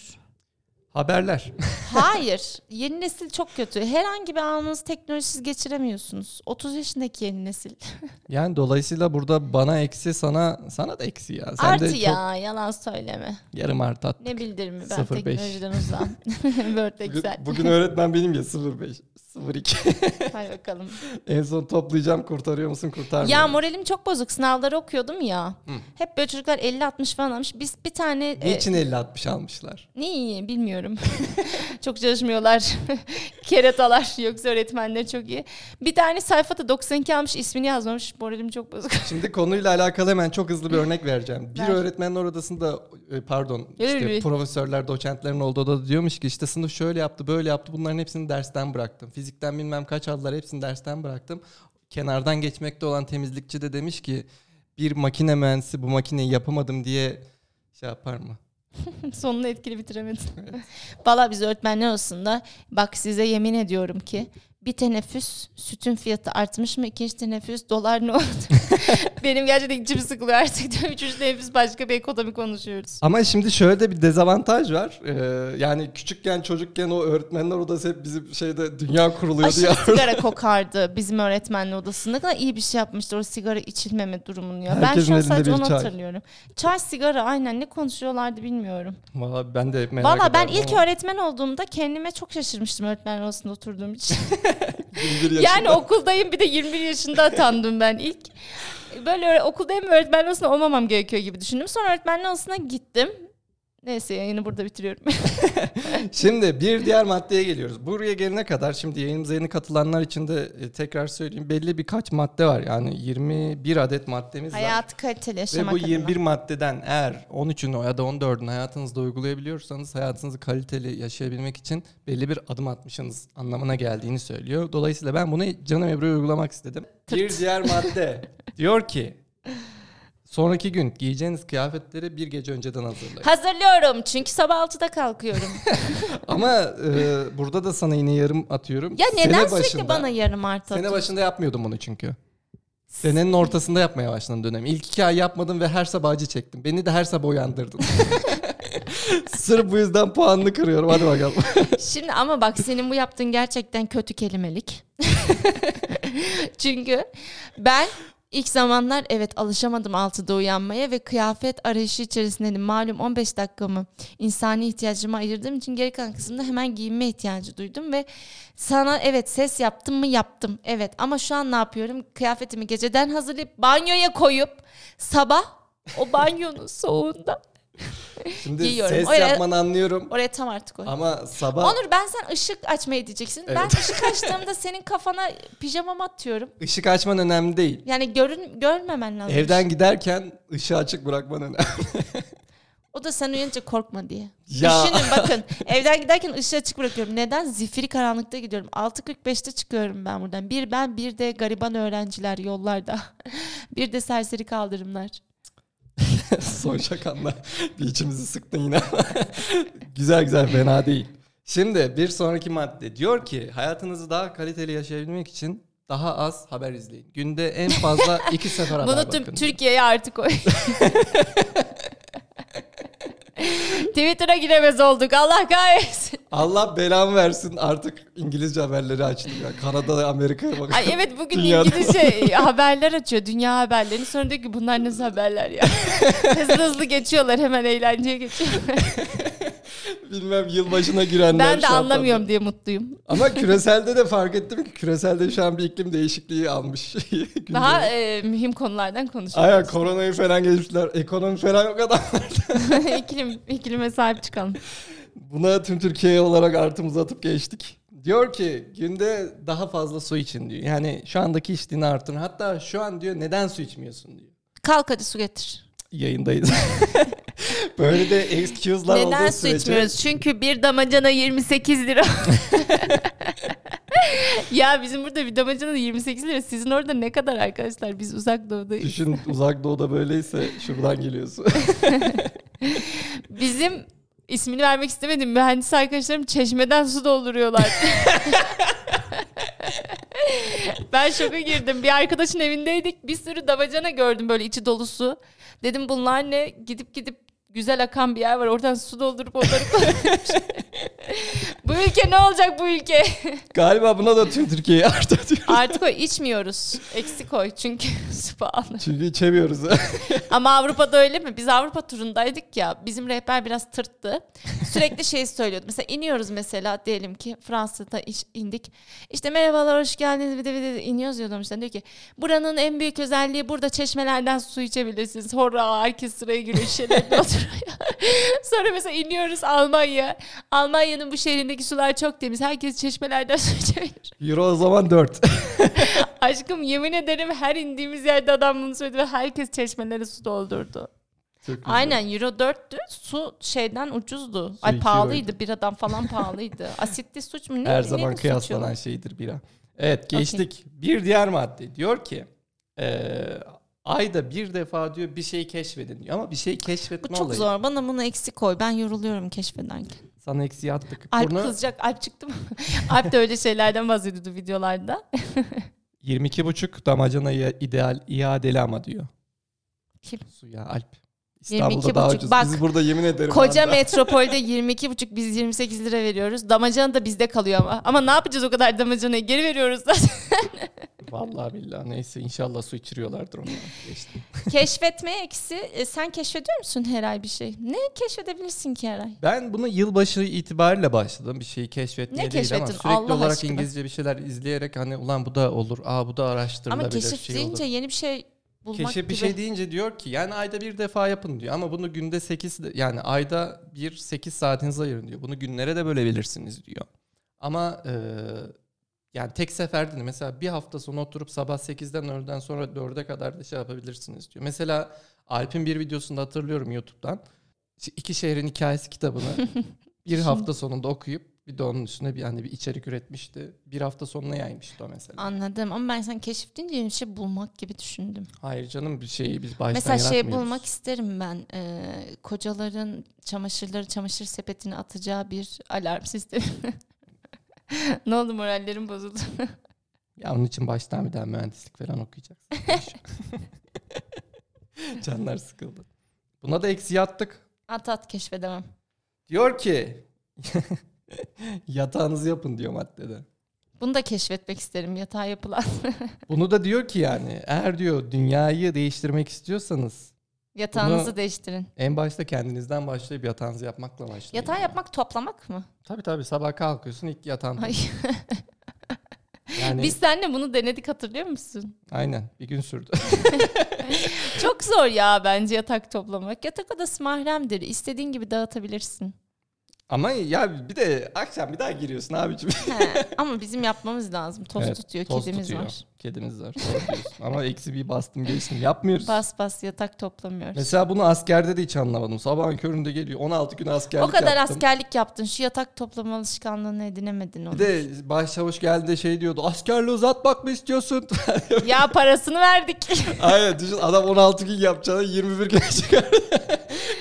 Speaker 1: haberler.
Speaker 2: Hayır. Yeni nesil çok kötü. Herhangi bir anınızı teknolojisiz geçiremiyorsunuz. 30 yaşındaki yeni nesil.
Speaker 1: Yani dolayısıyla burada bana eksi sana sana da eksi ya. Sen
Speaker 2: artı
Speaker 1: de çok
Speaker 2: ya. Yalan söyleme.
Speaker 1: yarım artı at.
Speaker 2: Ne bildirimi ben
Speaker 1: 05.
Speaker 2: teknolojiden uzağım. Word Excel.
Speaker 1: öğretmen benim ya 05 02.
Speaker 2: Hay bakalım.
Speaker 1: en son toplayacağım kurtarıyor musun kurtarmıyor.
Speaker 2: Ya moralim çok bozuk. Sınavları okuyordum ya. Hep böyle çocuklar 50-60 falan almış. Biz bir tane... e,
Speaker 1: Niçin 50 60 almışlar?
Speaker 2: Niye bilmiyorum. çok çalışmıyorlar. Keratalar yoksa öğretmenler çok iyi. Bir tane sayfada 92 almış ismini yazmamış. Moralim çok bozuk.
Speaker 1: Şimdi konuyla alakalı hemen çok hızlı bir örnek vereceğim. Bir
Speaker 2: Ver.
Speaker 1: öğretmenin odasında e, pardon
Speaker 2: Yürü.
Speaker 1: işte profesörler doçentlerin olduğu odada diyormuş ki işte sınıf şöyle yaptı böyle yaptı bunların hepsini dersten bıraktım. Fizikten bilmem kaç aldılar hepsini dersten bıraktım. Kenardan geçmekte olan temizlikçi de demiş ki bir makine mühendisi bu makineyi yapamadım diye şey yapar mı?
Speaker 2: Sonunu etkili bitiremedim. Valla biz öğretmenler odasında bak size yemin ediyorum ki bir teneffüs sütün fiyatı artmış mı? İkinci teneffüs dolar ne oldu? Benim gerçekten içim sıkılıyor artık. diyorum. Üçüncü teneffüs başka bir ekonomi konuşuyoruz.
Speaker 1: Ama şimdi şöyle de bir dezavantaj var. Ee, yani küçükken çocukken o öğretmenler odası hep bizim şeyde dünya kuruluyordu
Speaker 2: Aşırı
Speaker 1: ya.
Speaker 2: sigara kokardı bizim öğretmenle odasında. Ne kadar iyi bir şey yapmıştı o sigara içilmeme durumunu ya. ben
Speaker 1: Herkesin
Speaker 2: şu an
Speaker 1: elinde
Speaker 2: sadece
Speaker 1: bir
Speaker 2: onu
Speaker 1: çay.
Speaker 2: hatırlıyorum. Çay sigara aynen ne konuşuyorlardı bilmiyorum.
Speaker 1: Valla ben de hep merak
Speaker 2: Valla ben
Speaker 1: ederdim
Speaker 2: ilk
Speaker 1: ama
Speaker 2: öğretmen olduğumda kendime çok şaşırmıştım öğretmen odasında oturduğum için.
Speaker 1: 21
Speaker 2: Yani
Speaker 1: yaşında.
Speaker 2: okuldayım bir de 21 yaşında atandım ben ilk. Böyle öyle okuldayım öğretmen odasında olmamam gerekiyor gibi düşündüm. Sonra öğretmen odasına gittim. Neyse yayını burada bitiriyorum.
Speaker 1: Şimdi bir diğer maddeye geliyoruz. Buraya gelene kadar şimdi yayınımıza yeni katılanlar için de e, tekrar söyleyeyim. Belli birkaç madde var. Yani 21 adet maddemiz var.
Speaker 2: Hayatı kaliteli
Speaker 1: Ve
Speaker 2: yaşamak
Speaker 1: bu
Speaker 2: adına.
Speaker 1: 21 maddeden eğer 13'ünü ya da 14'ünü hayatınızda uygulayabiliyorsanız hayatınızı kaliteli yaşayabilmek için belli bir adım atmışsınız anlamına geldiğini söylüyor. Dolayısıyla ben bunu canım Ebru'ya uygulamak istedim. Bir diğer madde diyor ki sonraki gün giyeceğiniz kıyafetleri bir gece önceden hazırlayın.
Speaker 2: Hazırlıyorum çünkü sabah 6'da kalkıyorum.
Speaker 1: Ama e, burada da sana yine yarım atıyorum.
Speaker 2: Ya neden
Speaker 1: Sene
Speaker 2: sürekli
Speaker 1: başında-
Speaker 2: bana yarım artı
Speaker 1: Sene
Speaker 2: atıyorsun?
Speaker 1: başında yapmıyordum bunu çünkü. Senenin ortasında yapmaya başladın dönem. İlk iki ay yapmadım ve her sabah acı çektim. Beni de her sabah uyandırdın. Sırf bu yüzden puanını kırıyorum. Hadi bakalım.
Speaker 2: Şimdi ama bak senin bu yaptığın gerçekten kötü kelimelik. Çünkü ben ilk zamanlar evet alışamadım 6'da uyanmaya ve kıyafet arayışı içerisindeydim. Malum 15 dakikamı insani ihtiyacıma ayırdığım için geri kalan kısımda hemen giyinme ihtiyacı duydum ve sana evet ses yaptım mı yaptım. Evet ama şu an ne yapıyorum? Kıyafetimi geceden hazırlayıp banyoya koyup sabah o banyonun soğuğunda
Speaker 1: Şimdi
Speaker 2: Giyiyorum.
Speaker 1: ses
Speaker 2: Oraya-
Speaker 1: yapmanı anlıyorum.
Speaker 2: oraya tam artık o.
Speaker 1: Ama sabah
Speaker 2: Onur ben sen ışık açmayı diyeceksin.
Speaker 1: Evet.
Speaker 2: Ben ışık açtığımda senin kafana pijamamı atıyorum.
Speaker 1: ışık açman önemli değil.
Speaker 2: Yani görün görmemen lazım.
Speaker 1: Evden giderken ışığı açık bırakman önemli.
Speaker 2: O da sen uyanınca korkma diye.
Speaker 1: Ya.
Speaker 2: Düşünün bakın evden giderken ışığı açık bırakıyorum. Neden? Zifiri karanlıkta gidiyorum. 6.45'te çıkıyorum ben buradan. Bir ben bir de gariban öğrenciler yollarda. bir de serseri kaldırımlar.
Speaker 1: Son şakanla bir içimizi sıktın yine. güzel güzel fena değil. Şimdi bir sonraki madde diyor ki hayatınızı daha kaliteli yaşayabilmek için daha az haber izleyin. Günde en fazla iki sefer haber
Speaker 2: Bunu
Speaker 1: bakın.
Speaker 2: tüm Türkiye'ye artık koy. Twitter'a giremez olduk. Allah kahretsin.
Speaker 1: Allah belamı versin artık İngilizce haberleri açtım ya. Kanada'da Amerika'ya bak.
Speaker 2: Ay evet bugün
Speaker 1: Dünyada.
Speaker 2: İngilizce haberler açıyor. Dünya haberlerini. Sonra diyor ki bunlar nasıl haberler ya. hızlı hızlı geçiyorlar. Hemen eğlenceye geçiyorlar.
Speaker 1: Bilmem yılbaşına girenler.
Speaker 2: ben de
Speaker 1: şey yapanlar.
Speaker 2: anlamıyorum diye mutluyum.
Speaker 1: Ama küreselde de fark ettim ki küreselde şu an bir iklim değişikliği almış. Gündeme.
Speaker 2: Daha e, mühim konulardan konuşuyoruz.
Speaker 1: Aynen koronayı falan geçmişler. Ekonomi falan yok adamlar.
Speaker 2: İklim, iklime sahip çıkalım.
Speaker 1: Buna tüm Türkiye olarak artımızı atıp geçtik. Diyor ki günde daha fazla su için diyor. Yani şu andaki içtiğini artırın. Hatta şu an diyor neden su içmiyorsun diyor.
Speaker 2: Kalk hadi su getir.
Speaker 1: Yayındayız. Böyle de excuse'lar olduğu
Speaker 2: Neden su
Speaker 1: sürece.
Speaker 2: içmiyoruz? Çünkü bir damacana 28 lira. ya bizim burada bir damacana 28 lira. Sizin orada ne kadar arkadaşlar? Biz uzak doğudayız.
Speaker 1: Düşün uzak doğuda böyleyse şuradan geliyorsun.
Speaker 2: Bizim ismini vermek istemedim. Mühendis arkadaşlarım çeşmeden su dolduruyorlar. ben şoka girdim. Bir arkadaşın evindeydik. Bir sürü damacana gördüm böyle içi dolu su. Dedim bunlar ne? Gidip gidip güzel akan bir yer var. Oradan su doldurup onları koymuş. bu ülke ne olacak bu ülke?
Speaker 1: Galiba buna da tüm Türkiye'yi artır diyor.
Speaker 2: Artık o içmiyoruz. Eksik koy çünkü su pahalı.
Speaker 1: Çünkü içemiyoruz.
Speaker 2: Ama Avrupa'da öyle mi? Biz Avrupa turundaydık ya. Bizim rehber biraz tırttı. Sürekli şey söylüyordu. Mesela iniyoruz mesela diyelim ki Fransa'da iş- indik. İşte merhabalar hoş geldiniz. Bir de bir de iniyoruz diyordum işte. Diyor ki buranın en büyük özelliği burada çeşmelerden su içebilirsiniz. Horra herkes sıraya giriyor şişelerine oturuyor. Sonra mesela iniyoruz Almanya. Almanya'nın bu şehrindeki sular çok temiz. Herkes çeşmelerden su içebilir.
Speaker 1: Euro o zaman 4.
Speaker 2: Aşkım yemin ederim her indiğimiz yerde adam bunu söyledi ve herkes çeşmelere su doldurdu. Aynen euro 4'tü. Su şeyden ucuzdu.
Speaker 1: iki
Speaker 2: Ay
Speaker 1: euroydu.
Speaker 2: pahalıydı. Biradan falan pahalıydı. Asitli suç mu? Ne,
Speaker 1: Her
Speaker 2: ne
Speaker 1: zaman
Speaker 2: bu suç
Speaker 1: kıyaslanan şey.
Speaker 2: yok?
Speaker 1: şeydir bira. Evet geçtik. Bir diğer madde diyor ki eee, ayda bir defa diyor bir şey keşfedin diyor. Ama bir şey
Speaker 2: Bu
Speaker 1: keşfetme
Speaker 2: çok
Speaker 1: olayı.
Speaker 2: zor. Bana bunu eksik koy. Ben yoruluyorum keşfederken.
Speaker 1: Sana eksiği attık.
Speaker 2: Alp
Speaker 1: Bunu
Speaker 2: kızacak. Alp çıktı mı? Alp de öyle şeylerden bahsediyordu videolarda.
Speaker 1: 22,5 damacana ya- ideal iadeli ama diyor.
Speaker 2: Kim?
Speaker 1: Suya Alp. İstanbul'da
Speaker 2: 22,5
Speaker 1: daha ucuz.
Speaker 2: bak.
Speaker 1: Biz burada yemin ederim.
Speaker 2: Koca
Speaker 1: hala-
Speaker 2: metropolde 22,5 biz 28 lira veriyoruz. Damacana da bizde kalıyor ama. Ama ne yapacağız o kadar damacanayı? Geri veriyoruz zaten.
Speaker 1: Vallahi billahi neyse inşallah su içiriyorlardır onlar. Geçtim.
Speaker 2: Keşfetme eksi. E, sen keşfediyor musun her ay bir şey? Ne keşfedebilirsin ki her ay?
Speaker 1: Ben bunu yılbaşı itibariyle başladım. Bir şeyi keşfetmeye
Speaker 2: Ne
Speaker 1: değil ama
Speaker 2: keşfettin?
Speaker 1: sürekli
Speaker 2: Allah
Speaker 1: olarak
Speaker 2: aşkına.
Speaker 1: İngilizce bir şeyler izleyerek hani ulan bu da olur. Aa bu da araştırılabilir.
Speaker 2: Ama keşif
Speaker 1: şey olur."
Speaker 2: deyince yeni bir şey bulmak
Speaker 1: Keşif
Speaker 2: gibi.
Speaker 1: bir şey deyince diyor ki yani ayda bir defa yapın diyor ama bunu günde 8 yani ayda bir 8 saatinizi ayırın diyor. Bunu günlere de bölebilirsiniz diyor. Ama e, yani tek seferde de mesela bir hafta sonu oturup sabah 8'den öğleden sonra 4'e kadar da şey yapabilirsiniz diyor. Mesela Alp'in bir videosunda hatırlıyorum YouTube'dan. iki şehrin hikayesi kitabını bir hafta sonunda okuyup bir de onun üstüne bir hani bir içerik üretmişti. Bir hafta sonuna yaymıştı o mesela.
Speaker 2: Anladım ama ben sen keşif deyince yeni bir şey bulmak gibi düşündüm.
Speaker 1: Hayır canım bir şeyi biz baştan
Speaker 2: Mesela şey
Speaker 1: yaratmıyoruz.
Speaker 2: bulmak isterim ben. Ee, kocaların çamaşırları çamaşır sepetine atacağı bir alarm sistemi. ne oldu morallerim bozuldu.
Speaker 1: Ya onun için baştan bir daha mühendislik falan okuyacaksın. Canlar sıkıldı. Buna da eksi attık.
Speaker 2: At at keşfedemem.
Speaker 1: Diyor ki yatağınızı yapın diyor maddede.
Speaker 2: Bunu da keşfetmek isterim yatağa yapılan.
Speaker 1: Bunu da diyor ki yani eğer diyor dünyayı değiştirmek istiyorsanız
Speaker 2: Yatağınızı
Speaker 1: Bunu-
Speaker 2: değiştirin.
Speaker 1: en başta kendinizden başlayıp yatağınızı yapmakla başlayın.
Speaker 2: Yatağı yapmak toplamak mı?
Speaker 1: Tabii tabii sabah kalkıyorsun ilk yatağın.
Speaker 2: Ay,
Speaker 1: Yani
Speaker 2: biz seninle bunu denedik hatırlıyor musun?
Speaker 1: aynen bir gün sürdü.
Speaker 2: Çok zor ya bence yatak toplamak. Yatak odası mahremdir. İstediğin gibi dağıtabilirsin.
Speaker 1: Ama ya bir de akşam bir daha giriyorsun abicim.
Speaker 2: He, ama bizim yapmamız lazım. Toz
Speaker 1: Evet,
Speaker 2: tutuyor,
Speaker 1: toz
Speaker 2: kedimiz
Speaker 1: tutuyor.
Speaker 2: var.
Speaker 1: Kedimiz var. doğru diyorsun. Ama eksi bir bastım geçtim. Yapmıyoruz.
Speaker 2: Bas bas yatak toplamıyoruz.
Speaker 1: Mesela bunu askerde de hiç anlamadım. Sabahın köründe geliyor. 16 gün askerlik
Speaker 2: o kadar
Speaker 1: yaptım.
Speaker 2: askerlik yaptın. Şu yatak toplama alışkanlığını edinemedin onu.
Speaker 1: Bir de başçavuş geldi de şey diyordu. Askerliği uzatmak mı istiyorsun?
Speaker 2: Ya parasını verdik.
Speaker 1: Aynen düşün adam 16 gün yapacağını 21 güne çıkar.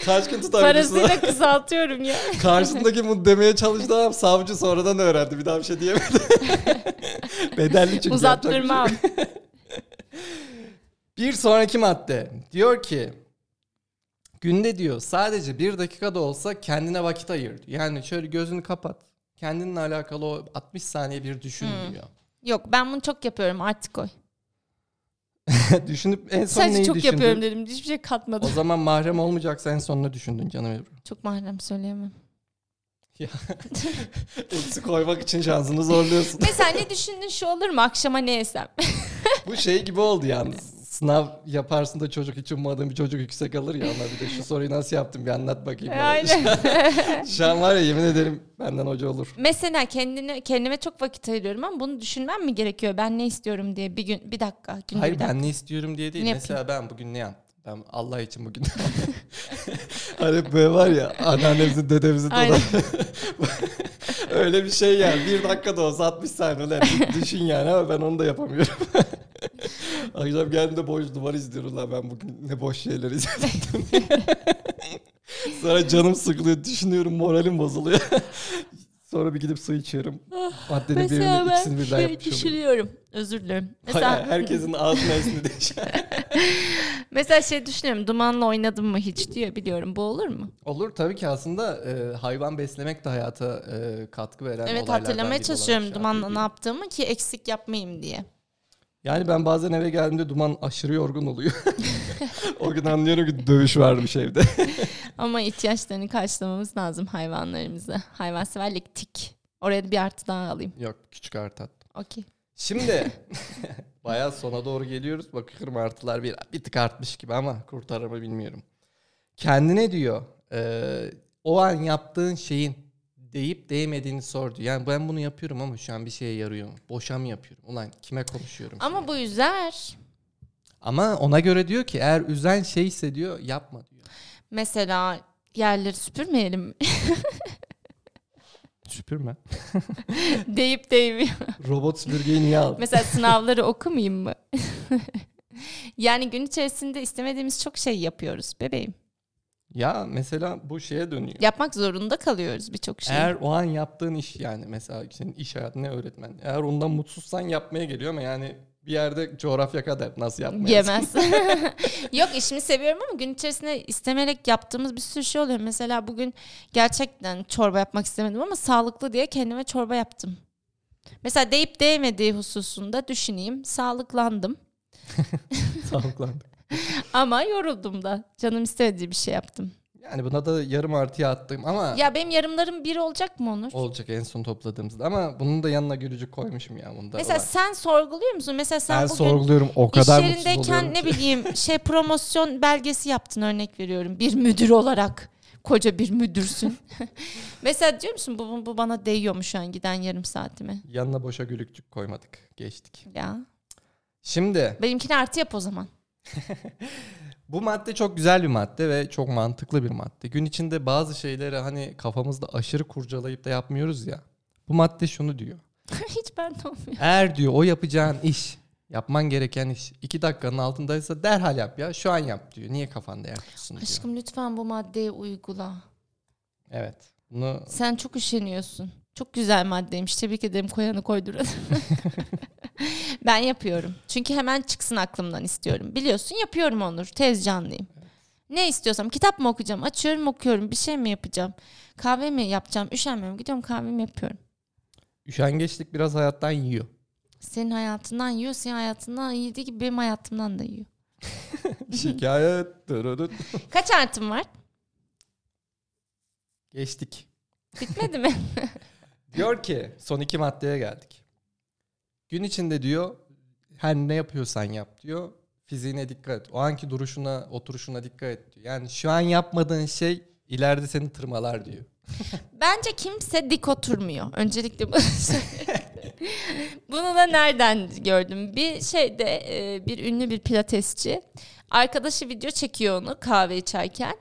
Speaker 1: Kaç gün tutabilirsin?
Speaker 2: Parasıyla kısaltıyorum ya.
Speaker 1: Karşındaki bunu demeye çalıştı adam savcı sonradan öğrendi. Bir daha bir şey diyemedi. Bedelli çünkü. yapacak bir şey
Speaker 2: Uzattırmam.
Speaker 1: yok. Bir sonraki madde. Diyor ki günde diyor sadece bir dakika da olsa kendine vakit ayır. diyor. Yani şöyle gözünü kapat. Kendinle alakalı o 60 saniye bir düşün
Speaker 2: Hmm.
Speaker 1: diyor.
Speaker 2: Yok ben bunu çok yapıyorum artık koy.
Speaker 1: Düşünüp en son
Speaker 2: Sadece
Speaker 1: neyi
Speaker 2: çok
Speaker 1: düşündün?
Speaker 2: yapıyorum dedim. Hiçbir şey
Speaker 1: O
Speaker 2: katmadım.
Speaker 1: zaman mahrem olmayacaksa en sonunu düşündün canım Ebru.
Speaker 2: Çok mahrem söyleyemem.
Speaker 1: Eksi koymak için şansını zorluyorsun.
Speaker 2: Mesela ne düşündün şu olur mu akşama ne yesem?
Speaker 1: Bu şey gibi oldu yalnız. Sınav yaparsın da çocuk hiç ummadığın bir çocuk yüksek alır ya. Ona bir de şu soruyu nasıl yaptım bir anlat bakayım. bana.
Speaker 2: Aynen.
Speaker 1: Şu an var ya yemin ederim benden hoca olur.
Speaker 2: Mesela kendine kendime çok vakit ayırıyorum ama bunu düşünmem mi gerekiyor? Ben ne istiyorum diye bir gün bir dakika günde
Speaker 1: Hayır
Speaker 2: bir dakika.
Speaker 1: ben ne istiyorum diye değil.
Speaker 2: Ne
Speaker 1: Mesela ben bugün ne yaptım? Ben Allah için bugün. hani hep böyle var ya anneannemizin dedemizin dolan.
Speaker 2: Aynen.
Speaker 1: Öyle bir şey yani. Bir dakika da olsa 60 saniye ulan düşün yani ama ben onu da yapamıyorum. Akşam geldiğimde boş duvar izliyorum lan ben bugün ne boş şeyler izledim. Sonra canım sıkılıyor düşünüyorum moralim bozuluyor. Sonra bir gidip su içiyorum. Maddenin
Speaker 2: Ah, Mesela
Speaker 1: birini ikisini
Speaker 2: ben
Speaker 1: birden yapmış
Speaker 2: şey
Speaker 1: oluyorum.
Speaker 2: düşünüyorum. Özür dilerim.
Speaker 1: Hayır,
Speaker 2: Mesela,
Speaker 1: herkesin ağzına esnedi.
Speaker 2: mesela şey düşünüyorum. Dumanla oynadım mı hiç diye biliyorum. Bu olur mu?
Speaker 1: Olur tabii ki aslında e, hayvan beslemek de hayata e, katkı veren olaylardan
Speaker 2: Evet
Speaker 1: biri
Speaker 2: hatırlamaya
Speaker 1: olarak şey
Speaker 2: çalışıyorum dumanla
Speaker 1: yapıyor.
Speaker 2: ne yaptığımı ki eksik yapmayayım diye.
Speaker 1: Yani ben bazen eve geldiğimde duman aşırı yorgun oluyor. o gün anlıyorum ki dövüş varmış evde.
Speaker 2: Ama ihtiyaçlarını karşılamamız lazım hayvanlarımıza. Hayvanseverlik tik. Oraya da bir artı daha alayım.
Speaker 1: Yok küçük artı attım.
Speaker 2: Okey.
Speaker 1: Şimdi bayağı sona doğru geliyoruz. Bakıyorum artılar bir, bir tık artmış gibi ama kurtarır mı bilmiyorum. Kendine diyor e, o an yaptığın şeyin deyip değmediğini sor diyor. Yani ben bunu yapıyorum ama şu an bir şeye yarıyor mu? Boşa mı yapıyorum? Ulan kime konuşuyorum?
Speaker 2: Ama bu üzer.
Speaker 1: Ama ona göre diyor ki eğer üzen şeyse diyor yapma diyor.
Speaker 2: Mesela yerleri süpürmeyelim
Speaker 1: Süpürme.
Speaker 2: deyip deyip.
Speaker 1: Robot süpürgeyi niye aldın?
Speaker 2: Mesela sınavları okumayayım mı? yani gün içerisinde istemediğimiz çok şey yapıyoruz bebeğim.
Speaker 1: ya mesela bu şeye dönüyor.
Speaker 2: Yapmak zorunda kalıyoruz birçok şeyi.
Speaker 1: Eğer o an yaptığın iş yani mesela senin iş hayatın ne öğretmen. Eğer ondan mutsuzsan yapmaya geliyor ama yani bir yerde coğrafya kadar nasıl yapmayız?
Speaker 2: Yemez. Yok işimi seviyorum ama gün içerisinde istemerek yaptığımız bir sürü şey oluyor. Mesela bugün gerçekten çorba yapmak istemedim ama sağlıklı diye kendime çorba yaptım. Mesela deyip değmediği hususunda düşüneyim. Sağlıklandım
Speaker 1: Sağlıklandık.
Speaker 2: ama yoruldum da. Canım istemediği bir şey yaptım.
Speaker 1: Yani buna da yarım artıya attım ama
Speaker 2: Ya benim yarımlarım biri olacak mı Onur?
Speaker 1: olacak en son topladığımızda. Ama bunun da yanına gülücük koymuşum ya bunda.
Speaker 2: Mesela
Speaker 1: Ulan.
Speaker 2: sen sorguluyor musun? Mesela sen
Speaker 1: ben
Speaker 2: bugün
Speaker 1: sorguluyorum o
Speaker 2: İş
Speaker 1: kadar mutsuz oluyorum ki.
Speaker 2: yerindeyken ne bileyim şey promosyon belgesi yaptın örnek veriyorum bir müdür olarak koca bir müdürsün. Mesela diyor musun bu, bu- bu bana değiyor mu şu an giden yarım saatime?
Speaker 1: Yanına boşa gülücük koymadık. Geçtik.
Speaker 2: Ya
Speaker 1: Şimdi
Speaker 2: benimkini artı yap o zaman.
Speaker 1: Bu madde çok güzel bir madde ve çok mantıklı bir madde. Gün içinde bazı şeyleri hani kafamızda aşırı kurcalayıp da yapmıyoruz ya. Bu madde şunu diyor.
Speaker 2: Hiç ben de olmuyor.
Speaker 1: Eğer diyor o yapacağın iş, yapman gereken iş iki dakikanın altındaysa derhal yap ya. Şu an yap diyor. Niye kafanda yapıyorsun diyor.
Speaker 2: Aşkım lütfen bu maddeyi uygula.
Speaker 1: Evet. Bunu
Speaker 2: Sen çok üşeniyorsun. Çok güzel maddeymiş. Tebrik ederim koyanı koyduran. Ben yapıyorum. Çünkü hemen çıksın aklımdan istiyorum. Biliyorsun yapıyorum Onur. Tez canlıyım. Ne istiyorsam kitap mı okuyacağım? Açıyorum okuyorum. Bir şey mi yapacağım? Kahve mi yapacağım? Üşenmiyorum. Gidiyorum kahvemi yapıyorum.
Speaker 1: Üşengeçlik biraz hayattan yiyor.
Speaker 2: Senin hayatından yiyor. Senin hayatından yediği gibi benim hayatımdan da yiyor.
Speaker 1: Şikayet. dırırıt.
Speaker 2: Kaç artım var?
Speaker 1: Geçtik.
Speaker 2: Bitmedi mi?
Speaker 1: Diyor ki son iki maddeye geldik. Gün içinde diyor her ne yapıyorsan yap diyor. Fiziğine dikkat et. O anki duruşuna, oturuşuna dikkat et diyor. Yani şu an yapmadığın şey ileride seni tırmalar diyor.
Speaker 2: Bence kimse dik oturmuyor. Öncelikle bunu söyleyeyim. Bunu da nereden gördüm? Bir şeyde e, bir ünlü bir pilatesçi arkadaşı video çekiyor onu kahve içerken.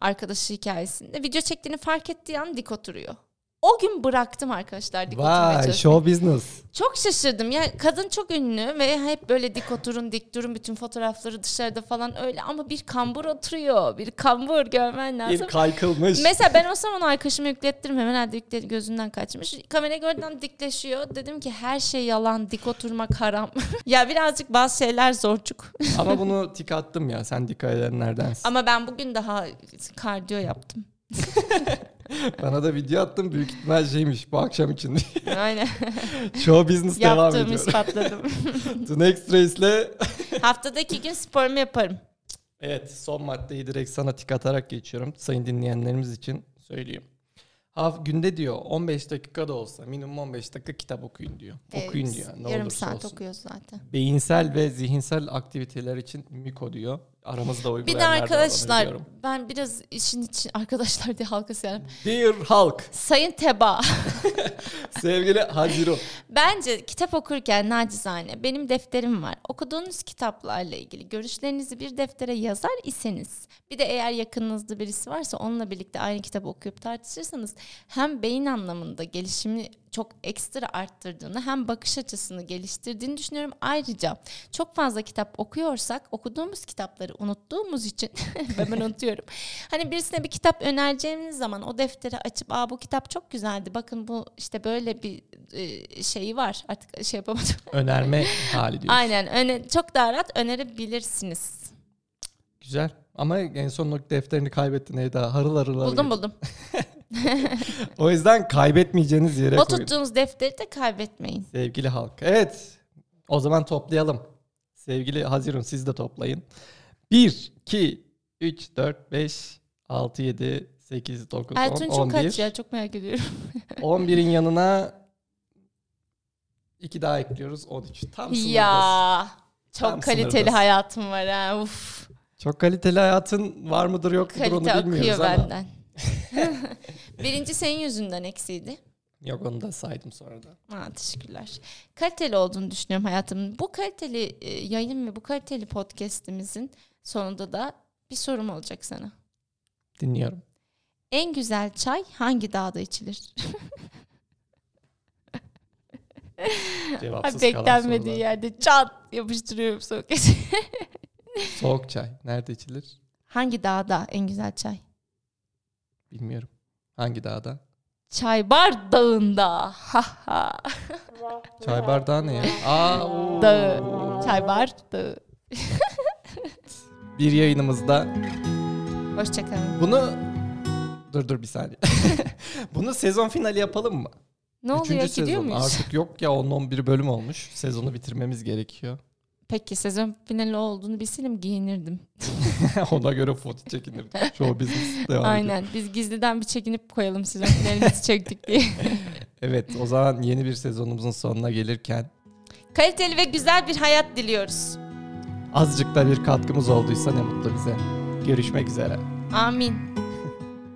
Speaker 2: Arkadaşı hikayesinde video çektiğini fark ettiği an dik oturuyor. O gün bıraktım arkadaşlar dik oturmaya
Speaker 1: Vay
Speaker 2: çalışmayı.
Speaker 1: show business.
Speaker 2: Çok şaşırdım. Yani kadın çok ünlü ve hep böyle dik oturun, dik durun bütün fotoğrafları dışarıda falan öyle ama bir kambur oturuyor. Bir kambur görmen lazım.
Speaker 1: Bir kaykılmış.
Speaker 2: Mesela ben olsam onu arkadaşıma yüklettirim. Hemen herhalde yükle- gözünden kaçmış. Kamera gördüm dikleşiyor. Dedim ki her şey yalan. Dik oturmak haram. ya birazcık bazı şeyler zorcuk.
Speaker 1: Ama bunu tik attım ya sen dikkat edenlerdensin.
Speaker 2: Ama ben bugün daha kardiyo yaptım.
Speaker 1: Bana da video attım büyük ihtimal şeymiş bu akşam için diye.
Speaker 2: Aynen.
Speaker 1: show business devam
Speaker 2: Yaptığımı
Speaker 1: ediyor.
Speaker 2: ispatladım.
Speaker 1: The next race'le
Speaker 2: Haftada iki gün sporumu yaparım.
Speaker 1: Evet son maddeyi direkt sana tik atarak geçiyorum. Sayın dinleyenlerimiz için söyleyeyim. Haf günde diyor 15 dakika da olsa minimum 15 dakika kitap okuyun diyor. okuyun
Speaker 2: Ee,
Speaker 1: diyor ne
Speaker 2: Yarım
Speaker 1: olursa
Speaker 2: saat
Speaker 1: olsun.
Speaker 2: okuyoruz zaten.
Speaker 1: Beyinsel ve zihinsel aktiviteler için Miko diyor. Aramızda
Speaker 2: Bir de
Speaker 1: uygulayanlar da
Speaker 2: arkadaşlar
Speaker 1: olabiliyorum.
Speaker 2: ben biraz işin için arkadaşlar diye halka selam.
Speaker 1: Dear Hulk
Speaker 2: Sayın Teba.
Speaker 1: sevgili Hajiro.
Speaker 2: Bence kitap okurken nacizane benim defterim var. Okuduğunuz kitaplarla ilgili görüşlerinizi bir deftere yazar iseniz bir de eğer yakınınızda birisi varsa onunla birlikte aynı kitabı okuyup tartışırsanız hem beyin anlamında gelişimi çok ekstra arttırdığını hem bakış açısını geliştirdiğini düşünüyorum. Ayrıca çok fazla kitap okuyorsak okuduğumuz kitapları unuttuğumuz için ve ben unutuyorum. Hani birisine bir kitap önereceğimiz zaman o defteri açıp aa bu kitap çok güzeldi bakın bu işte böyle bir e, şeyi var artık şey yapamadım.
Speaker 1: Önerme hali diyor.
Speaker 2: Aynen öne, çok daha rahat önerebilirsiniz.
Speaker 1: Güzel. Ama en son not defterini kaybettin Eda. Harıl harıl harıl.
Speaker 2: Buldum buldum.
Speaker 1: O yüzden kaybetmeyeceğiniz yere
Speaker 2: O
Speaker 1: koyun.
Speaker 2: tuttuğunuz defteri de kaybetmeyin.
Speaker 1: Sevgili halk. Evet. O zaman toplayalım. Sevgili Haziran siz de toplayın. 1, 2, 3, 4, 5, 6, 7, 8, 9, 10,
Speaker 2: Ertuğrul kaç
Speaker 1: 11.
Speaker 2: ya çok merak ediyorum.
Speaker 1: 11'in yanına 2 daha ekliyoruz. 13. Tam sınırdasın.
Speaker 2: ya çok
Speaker 1: Tam
Speaker 2: kaliteli
Speaker 1: sınırdasın.
Speaker 2: hayatım var ha. Uf.
Speaker 1: Çok kaliteli hayatın var mıdır yok mudur onu
Speaker 2: Kalite akıyor
Speaker 1: bilmiyoruz ama.
Speaker 2: benden. Birinci senin yüzünden eksiydi.
Speaker 1: Yok onu da saydım sonra da.
Speaker 2: Aa, teşekkürler. Kaliteli olduğunu düşünüyorum hayatımın. Bu kaliteli e, yayın ve bu kaliteli podcast'imizin sonunda da bir sorum olacak sana.
Speaker 1: Dinliyorum.
Speaker 2: En güzel çay hangi dağda içilir?
Speaker 1: Cevapsız kalan
Speaker 2: Beklenmediği
Speaker 1: sorular.
Speaker 2: yerde çat yapıştırıyorum soğuk et.
Speaker 1: Soğuk çay. Nerede içilir?
Speaker 2: Hangi dağda en güzel çay?
Speaker 1: Bilmiyorum. Hangi dağda?
Speaker 2: Çaybar Dağı'nda. Ha ha.
Speaker 1: Çay bardağı ne ya? Aa, oo.
Speaker 2: Dağı. Çaybar Dağı.
Speaker 1: Bir yayınımızda
Speaker 2: Hoşçakalın.
Speaker 1: Bunu dur dur bir saniye. Bunu sezon finali yapalım mı?
Speaker 2: Ne oluyor?
Speaker 1: Üçüncü
Speaker 2: Gidiyor
Speaker 1: sezon
Speaker 2: muyuz?
Speaker 1: artık yok ya 10-11 bölüm olmuş. Sezonu bitirmemiz gerekiyor.
Speaker 2: Peki sezon finali olduğunu bilseydim giyinirdim.
Speaker 1: Ona göre foto çekinir. Show business devam ediyor.
Speaker 2: Aynen. Biz gizliden bir çekinip koyalım sezon finalimizi çektik diye.
Speaker 1: Evet o zaman yeni bir sezonumuzun sonuna gelirken
Speaker 2: Kaliteli ve güzel bir hayat diliyoruz.
Speaker 1: azıcık da bir katkımız olduysa ne mutlu bize. Görüşmek üzere.
Speaker 2: Amin.